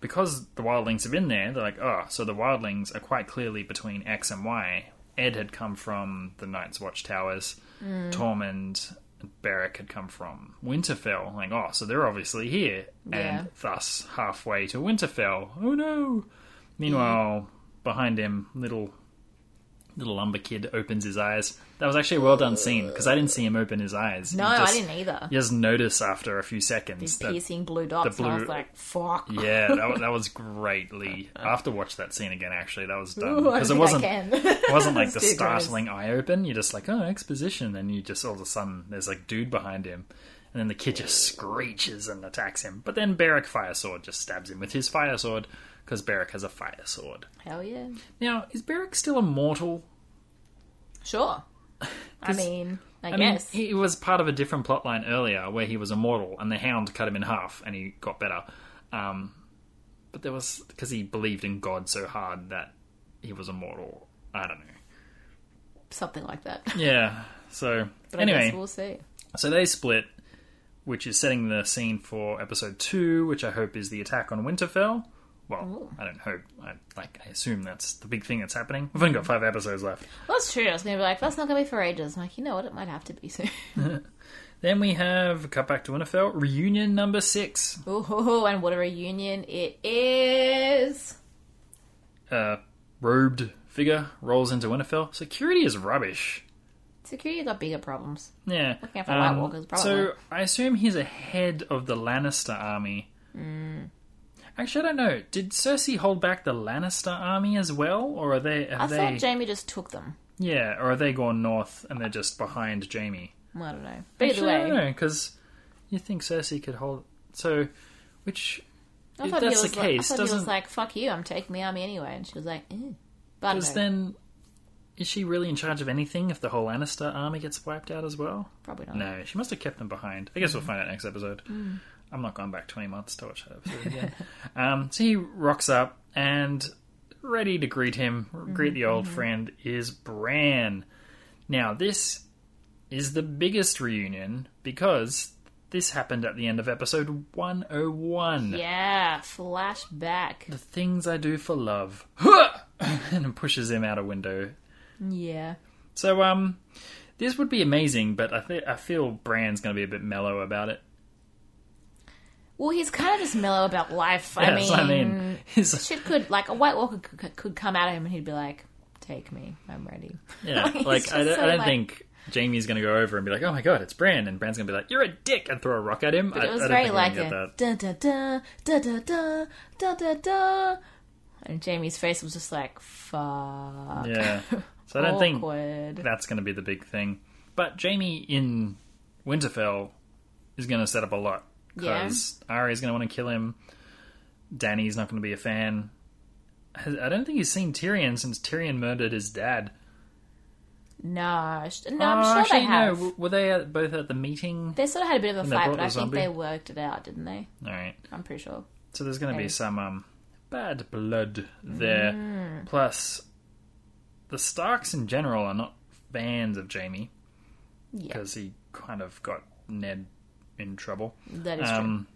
[SPEAKER 11] because the wildlings have been there, they're like, oh, so the wildlings are quite clearly between X and Y. Ed had come from the Night's Watch Towers.
[SPEAKER 12] Mm.
[SPEAKER 11] Tormund and Beric had come from Winterfell. Like, oh, so they're obviously here
[SPEAKER 12] Yeah.
[SPEAKER 11] and thus halfway to Winterfell. Oh no! Meanwhile, behind him, little little lumber kid opens his eyes. That was actually a well done scene because I didn't see him open his eyes.
[SPEAKER 12] No,
[SPEAKER 11] You
[SPEAKER 12] I
[SPEAKER 11] just-
[SPEAKER 12] didn't either.
[SPEAKER 11] You just notice after a few seconds that
[SPEAKER 12] Piercing blue dots.
[SPEAKER 11] the
[SPEAKER 12] And I was
[SPEAKER 11] blue-
[SPEAKER 12] like, fuck.
[SPEAKER 11] yeah, that, wa- that was greatly. I have to watch that scene again. Actually, that was done
[SPEAKER 12] Ooh, I
[SPEAKER 11] because it
[SPEAKER 12] think I
[SPEAKER 11] wasn't.
[SPEAKER 12] can.
[SPEAKER 11] It wasn't like the
[SPEAKER 12] It's too gross.
[SPEAKER 11] startling eye open. You're just like, oh, exposition, and you just all of a sudden there's like dude behind him, and then the kid just screeches and attacks him. But then Beric fire sword just stabs him with his fire sword because Beric has a fire sword.
[SPEAKER 12] Hell yeah.
[SPEAKER 11] Now, is Beric still immortal?
[SPEAKER 12] Sure. I mean, I,
[SPEAKER 11] I mean,
[SPEAKER 12] guess.
[SPEAKER 11] he was part of a different plotline earlier where he was immortal and the hound cut him in half and he got better. Um, but there was because he believed in God so hard that he was immortal. I don't know.
[SPEAKER 12] Something like that.
[SPEAKER 11] Yeah. So
[SPEAKER 12] But I
[SPEAKER 11] anyway,
[SPEAKER 12] guess we'll see.
[SPEAKER 11] so they split, which is setting the scene for episode two, which I hope is the attack on Winterfell. Well, I don't hope. I like. I assume that's the big thing that's happening. We've only got five episodes left.
[SPEAKER 12] Well, that's true. I was going to be like, that's not going to be for ages. I'm like, you know what? It might have to be soon.
[SPEAKER 11] Then we have cut back to Winterfell reunion number six.
[SPEAKER 12] Ooh, Oh, and what a reunion it is.
[SPEAKER 11] uh, robed figure rolls into Winterfell. Security is rubbish.
[SPEAKER 12] Security got bigger problems.
[SPEAKER 11] Yeah. um,
[SPEAKER 12] Looking out for White Walkers, probably.
[SPEAKER 11] So I assume he's a head of the Lannister army.
[SPEAKER 12] Hmm.
[SPEAKER 11] Actually, I don't know. Did Cersei hold back the Lannister army as well, or are they? Have
[SPEAKER 12] I
[SPEAKER 11] they?
[SPEAKER 12] thought Jamie just took them.
[SPEAKER 11] yeah, or are they gone north and they're just behind Jamie?
[SPEAKER 12] I don't know. But either
[SPEAKER 11] Actually, I don't
[SPEAKER 12] way,
[SPEAKER 11] know because you think Cersei could hold. So, which
[SPEAKER 12] I
[SPEAKER 11] if
[SPEAKER 12] thought, he
[SPEAKER 11] that's
[SPEAKER 12] was,
[SPEAKER 11] the
[SPEAKER 12] like, I
[SPEAKER 11] case,
[SPEAKER 12] thought he was
[SPEAKER 11] doesn't-
[SPEAKER 12] like, fuck you, I'm taking the army anyway. And she was like, eh. But I
[SPEAKER 11] because
[SPEAKER 12] don't know.
[SPEAKER 11] then is she really in charge of anything if the whole Lannister army gets wiped out as well?
[SPEAKER 12] probably not. Mm.
[SPEAKER 11] No, she must have kept them behind. I guess we'll find out next episode. I'm not going back 20 months to watch that episode again. um, so he rocks up and ready to greet him,
[SPEAKER 12] Mm-hmm,
[SPEAKER 11] greet the old friend, is Bran. Now, this is the biggest reunion because this happened at the end of episode 101.
[SPEAKER 12] Yeah, flashback.
[SPEAKER 11] The things I do for love. and pushes him out a window
[SPEAKER 12] Yeah.
[SPEAKER 11] so um, this would be amazing, but I th- I feel Bran's going to be a bit mellow about it.
[SPEAKER 12] Well, he's kind of just mellow about life. I
[SPEAKER 11] That's
[SPEAKER 12] mean,
[SPEAKER 11] what I mean. He's-
[SPEAKER 12] shit could like a White Walker could, could come at him and he'd be like, "Take me, I'm ready."
[SPEAKER 11] yeah,
[SPEAKER 12] He's
[SPEAKER 11] like
[SPEAKER 12] just
[SPEAKER 11] I don't,
[SPEAKER 12] so,
[SPEAKER 11] I don't
[SPEAKER 12] like-
[SPEAKER 11] think Jamie's going to go over and be like, "Oh my god, it's Bran," and Bran's going to be like, "You're a dick," and throw a rock at him. I,
[SPEAKER 12] It was
[SPEAKER 11] I don't
[SPEAKER 12] very
[SPEAKER 11] think we're
[SPEAKER 12] like
[SPEAKER 11] gonna
[SPEAKER 12] a
[SPEAKER 11] get
[SPEAKER 12] da da da da da da da da da, and Jamie's face was just like fuck.
[SPEAKER 11] that. Yeah, so I don't think
[SPEAKER 12] Awkward.
[SPEAKER 11] that's going to be the big thing. But Jamie in Winterfell is going to set up a lot
[SPEAKER 12] Yeah.
[SPEAKER 11] because Arya's going to want to kill him. Danny's not going to be a fan. I don't think he's seen Tyrion since Tyrion murdered his dad.
[SPEAKER 12] No, sh- no, I'm
[SPEAKER 11] Oh,
[SPEAKER 12] sure
[SPEAKER 11] actually,
[SPEAKER 12] they have.
[SPEAKER 11] No. W- Were they at, both at the meeting?
[SPEAKER 12] They sort of had a bit of a
[SPEAKER 11] And they
[SPEAKER 12] fight,
[SPEAKER 11] brought
[SPEAKER 12] but I
[SPEAKER 11] the
[SPEAKER 12] think they
[SPEAKER 11] zombie?
[SPEAKER 12] worked it out, didn't they?
[SPEAKER 11] All right.
[SPEAKER 12] I'm pretty sure.
[SPEAKER 11] So there's going to be
[SPEAKER 12] Maybe.
[SPEAKER 11] some um, bad blood there.
[SPEAKER 12] Mm.
[SPEAKER 11] Plus, the Starks in general are not fans of Jamie
[SPEAKER 12] Yeah,
[SPEAKER 11] because he kind of got Ned in trouble.
[SPEAKER 12] that is true.
[SPEAKER 11] Um,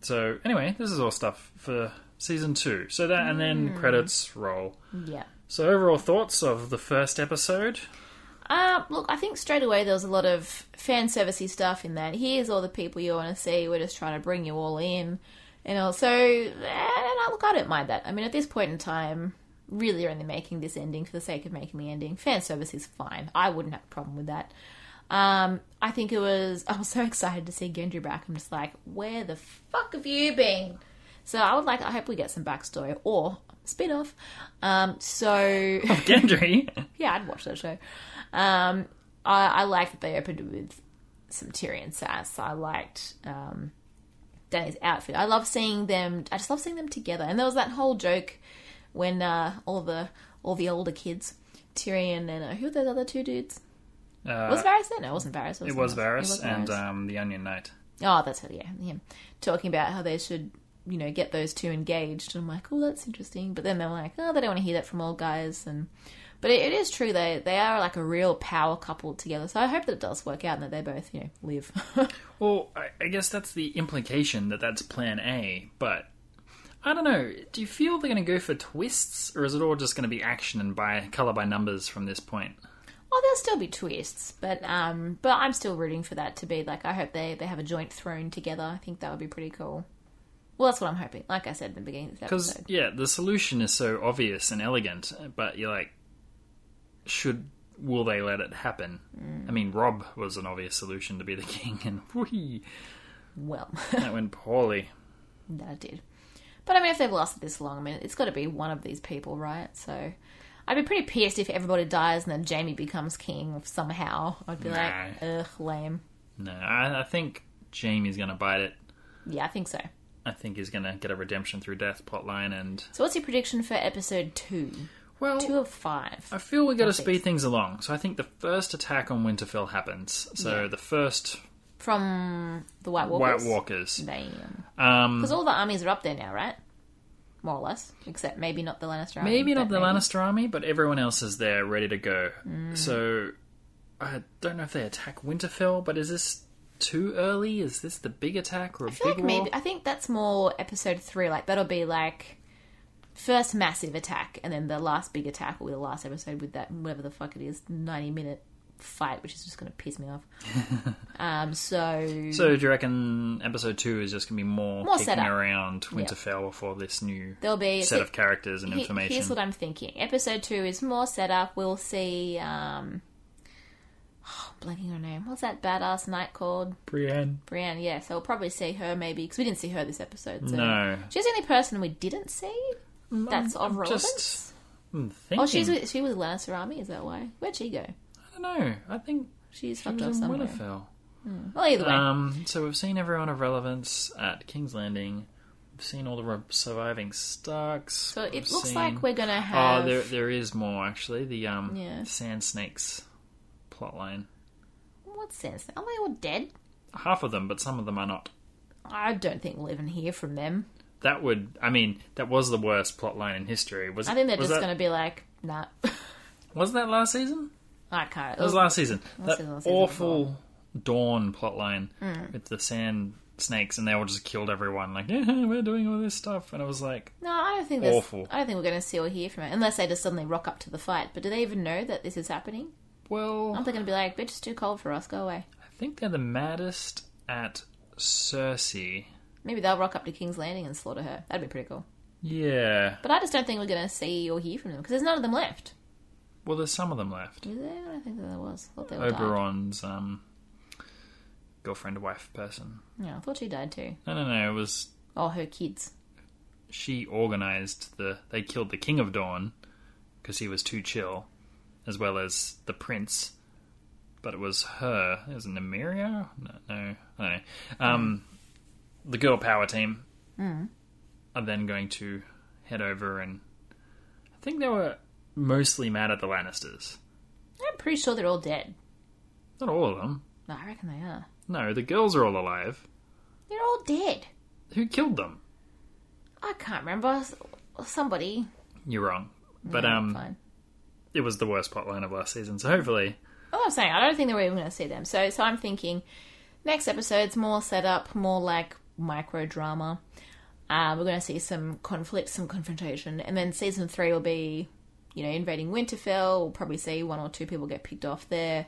[SPEAKER 11] so anyway, this is all stuff for season two. So that and then credits roll.
[SPEAKER 12] Mm. Yeah.
[SPEAKER 11] So overall thoughts of the first episode.
[SPEAKER 12] Uh, look, I think straight away there was a lot of fan servicey stuff in that. Here's all the people you want to see. We're just trying to bring you all in, and also, eh, and I, look, I don't mind that. I mean, at this point in time, really, you're only making this ending for the sake of making the ending. Fan service is fine. I wouldn't have a problem with that. Um, I think it was. I was so excited to see Gendry back. I'm just like, where the fuck have you been? So I would like. I hope we get some backstory or spin off. Um, so
[SPEAKER 11] Gendry.
[SPEAKER 12] yeah, I'd watch that show. Um, I, I like that they opened with some Tyrion sass. I liked um, Danny's outfit. I love seeing them. I just love seeing them together. And there was that whole joke when uh, all the all the older kids, Tyrion and uh, who are those other two dudes?
[SPEAKER 11] Uh,
[SPEAKER 12] was Varys there? No, it wasn't Varys.
[SPEAKER 11] It was
[SPEAKER 12] someone else.
[SPEAKER 11] Varys and um, the Onion Knight.
[SPEAKER 12] Oh, that's it. Yeah, him talking about how they should, you know, get those two engaged. And I'm like, oh, that's interesting. But then they were like, oh, they don't want to hear that from old guys. And but it, it is true they they are like a real power couple together. So I hope that it does work out and that they both you know live.
[SPEAKER 11] Well, I, I guess that's the implication that that's Plan A, but I don't know. Do you feel they're going to go for twists, or is it all just going to be action and by color by numbers from this point?
[SPEAKER 12] oh, there'll still be twists, but um, but I'm still rooting for that to be like I hope they they have a joint throne together. I think that would be pretty cool. Well, that's what I'm hoping. Like I said in the beginning of this
[SPEAKER 11] Because
[SPEAKER 12] episode,
[SPEAKER 11] yeah, the solution is so obvious and elegant, but you're like, should will they let it happen?
[SPEAKER 12] Mm.
[SPEAKER 11] I mean, Rob was an obvious solution to be the king, and whee,
[SPEAKER 12] well,
[SPEAKER 11] that went poorly.
[SPEAKER 12] that it did. But I mean, if they've lasted this long, I mean, it's got to be one of these people, right? So. I'd be pretty pissed if everybody dies and then Jamie becomes king somehow. I'd be like, ugh, lame.
[SPEAKER 11] No, I, I think Jamie's going to bite it.
[SPEAKER 12] Yeah, I think so.
[SPEAKER 11] I think he's going to get a redemption through death plotline, and
[SPEAKER 12] So, what's your prediction for episode two?
[SPEAKER 11] well,
[SPEAKER 12] Two of five.
[SPEAKER 11] I feel we got to
[SPEAKER 12] Perfect.
[SPEAKER 11] speed things along. So I think the first attack on Winterfell happens. So the first
[SPEAKER 12] From the White Walkers?
[SPEAKER 11] White Walkers.
[SPEAKER 12] Damn.
[SPEAKER 11] Um,
[SPEAKER 12] Because all the armies are up there now, right? More or less. Except maybe not the Lannister army.
[SPEAKER 11] maybe not
[SPEAKER 12] but
[SPEAKER 11] the Lannister army, but everyone else is there ready to go.
[SPEAKER 12] Mm.
[SPEAKER 11] So I don't know if they attack Winterfell, but is this too early? Is this the big attack or a
[SPEAKER 12] I feel like
[SPEAKER 11] big war?
[SPEAKER 12] maybe. I think that's more episode three. Like, that'll be like first massive attack, and then the last big attack will be the last episode with that, whatever the fuck it is, 90 minute fight, which is just going to piss me off. um, so.
[SPEAKER 11] So do you reckon episode two is just going to be more,
[SPEAKER 12] More
[SPEAKER 11] kicking
[SPEAKER 12] setup.
[SPEAKER 11] around Winterfell for this new
[SPEAKER 12] There'll be
[SPEAKER 11] set
[SPEAKER 12] he-
[SPEAKER 11] of characters and
[SPEAKER 12] he-
[SPEAKER 11] information?
[SPEAKER 12] Here's what I'm thinking. Episode two is more setup. We'll see. Um, oh, blanking her name. What's that badass knight called?
[SPEAKER 11] Brienne.
[SPEAKER 12] Brienne. Yeah. So we'll probably see her maybe because we didn't see her this episode. So.
[SPEAKER 11] No. Mm,
[SPEAKER 12] She's the only person we didn't see. That's of relevance.
[SPEAKER 11] Just I'm thinking.
[SPEAKER 12] oh, she's with, she was Lannister army. Is that why? Where'd she go?
[SPEAKER 11] I don't know. I think
[SPEAKER 12] She's
[SPEAKER 11] she
[SPEAKER 12] fucked off
[SPEAKER 11] was in
[SPEAKER 12] somewhere. Hmm.
[SPEAKER 11] Winterfell.
[SPEAKER 12] Well, either way,
[SPEAKER 11] Um, so we've seen everyone of relevance at King's Landing. We've seen all the re- surviving Starks.
[SPEAKER 12] so it
[SPEAKER 11] We've
[SPEAKER 12] looks
[SPEAKER 11] seen-
[SPEAKER 12] like we're gonna have.
[SPEAKER 11] Oh, there there is more actually. The um
[SPEAKER 12] Yeah.
[SPEAKER 11] Sand Snakes plotline.
[SPEAKER 12] What's sense? Are they all dead?
[SPEAKER 11] Half of them, but some of them are not.
[SPEAKER 12] I don't think we'll even hear from them.
[SPEAKER 11] That would, I mean, that was the worst plotline in history. Was
[SPEAKER 12] I think they're
[SPEAKER 11] was
[SPEAKER 12] just
[SPEAKER 11] that,
[SPEAKER 12] gonna be like, nah.
[SPEAKER 11] Was that last season?
[SPEAKER 12] I can't.
[SPEAKER 11] That was last season. that
[SPEAKER 12] season, last season Hmm.
[SPEAKER 11] awful Dawn plotline with the Sand Snakes, and they all just killed everyone. Like, yeah, we're doing all this stuff, and it was like,
[SPEAKER 12] No, I don't think there's,
[SPEAKER 11] Awful.
[SPEAKER 12] I don't think we're going to see or hear from it unless they just suddenly rock up to the fight. But do they even know that this is happening?
[SPEAKER 11] well,
[SPEAKER 12] Aren't they going to be like, "Bitch, it's too cold for us. Go away."
[SPEAKER 11] I think they're the maddest at Cersei.
[SPEAKER 12] Maybe they'll rock up to King's Landing and slaughter her. That'd be pretty cool.
[SPEAKER 11] Yeah.
[SPEAKER 12] But I just don't think we're going to see or hear from them because there's none of them left.
[SPEAKER 11] Well, there's some of them left.
[SPEAKER 12] Is there? I don't think that there was. I thought they all died.
[SPEAKER 11] Oberon's um, girlfriend, wife, person.
[SPEAKER 12] Yeah, I thought she died too.
[SPEAKER 11] No, no, no. It was
[SPEAKER 12] Oh, her kids.
[SPEAKER 11] she organized the. They killed the King of Dawn because he was too chill, as well as the prince. But it was her. It was Nymeria? No, no, I don't know. Um, The girl power team are then going to head over and. I think they were mostly mad at the Lannisters.
[SPEAKER 12] I'm pretty sure they're all dead.
[SPEAKER 11] Not all of them.
[SPEAKER 12] No, I reckon they are.
[SPEAKER 11] No, the girls are all alive.
[SPEAKER 12] They're all dead.
[SPEAKER 11] Who killed them?
[SPEAKER 12] I can't remember. S- Somebody.
[SPEAKER 11] You're wrong. But
[SPEAKER 12] Yeah,
[SPEAKER 11] um,
[SPEAKER 12] fine.
[SPEAKER 11] it was the worst plotline of last season. So hopefully,
[SPEAKER 12] That's what I'm saying. I don't think that we're even going to see them. So, so I'm thinking next episode's more set up, more like micro drama. Uh, we're going to see some conflict, some confrontation, and then season three will be, you know, invading Winterfell. We'll probably see one or two people get picked off there,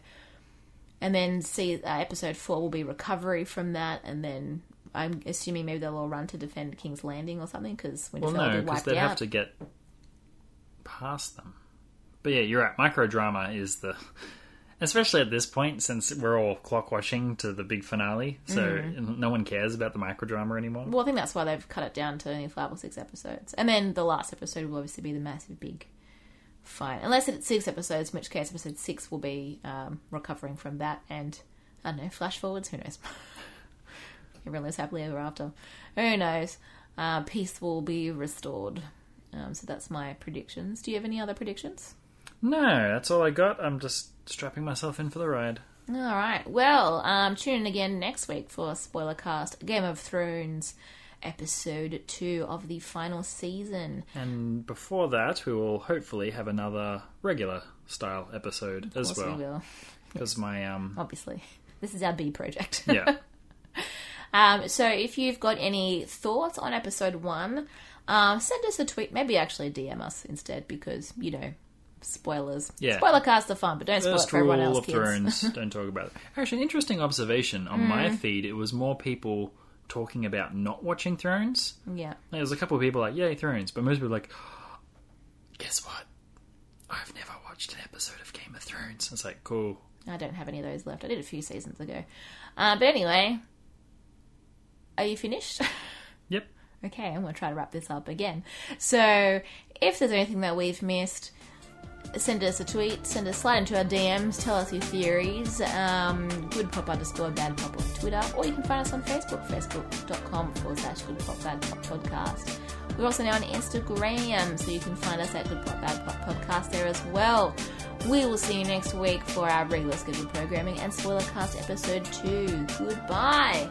[SPEAKER 12] and then see uh, episode four will be recovery from that, and then I'm assuming maybe they'll all run to defend King's Landing or something because Winterfell
[SPEAKER 11] well, no,
[SPEAKER 12] will be
[SPEAKER 11] because
[SPEAKER 12] wiped
[SPEAKER 11] they'd
[SPEAKER 12] out.
[SPEAKER 11] have to get past them. But yeah, you're right. Microdrama is the Especially at this point, since we're all clock watching to the big finale, so no one cares about the microdrama anymore.
[SPEAKER 12] Mm-hmm. Well, I think that's why they've cut it down to only five or six episodes. And then the last episode will obviously be the massive big fight. Unless it's six episodes, in which case episode six will be um, recovering from that and, I don't know, flash forwards, who knows? Everyone lives happily ever after. Who knows? Uh, peace will be restored. Um, so that's my predictions. Do you have any other predictions?
[SPEAKER 11] No, that's all I got. I'm just strapping myself in for the ride.
[SPEAKER 12] All right. Well, um, tune in again next week for spoiler cast Game of Thrones episode two of the final season.
[SPEAKER 11] And before that, we will hopefully have another regular style episode as
[SPEAKER 12] Of course we
[SPEAKER 11] well.
[SPEAKER 12] will, Oh.
[SPEAKER 11] Because my um,
[SPEAKER 12] obviously. This is our B project.
[SPEAKER 11] yeah,
[SPEAKER 12] Um, so if you've got any thoughts on episode one, um, send us a tweet. Maybe actually DM us instead because you know spoilers.
[SPEAKER 11] Yeah.
[SPEAKER 12] Spoiler casts are fun, but don't spoil it
[SPEAKER 11] first
[SPEAKER 12] for everyone
[SPEAKER 11] rule
[SPEAKER 12] else.
[SPEAKER 11] of
[SPEAKER 12] kids.
[SPEAKER 11] Thrones: don't talk about it. Actually, an interesting observation on my
[SPEAKER 12] Mm.
[SPEAKER 11] feed. It was more people talking about not watching Thrones.
[SPEAKER 12] yeah.
[SPEAKER 11] There was a couple of people like, "Yay, Thrones," but most people were like, "Guess what? I've never watched an episode of Game of Thrones." It's like, cool.
[SPEAKER 12] I don't have any of those left. I did a few seasons ago. Uh, but anyway, are you finished?
[SPEAKER 11] Yep.
[SPEAKER 12] okay, I'm going to try to wrap this up again. So, if there's anything that we've missed, send us a tweet, send us slide into our DMs, tell us your theories. Um, good pop underscore bad pop on Twitter, or you can find us on Facebook, facebook.com forward slash good pop bad pop podcast. We're also now on Instagram, so you can find us at Good Pop Bad Pop Podcast there as well. We will see you next week for our regular scheduled programming and spoiler cast episode 2. Goodbye!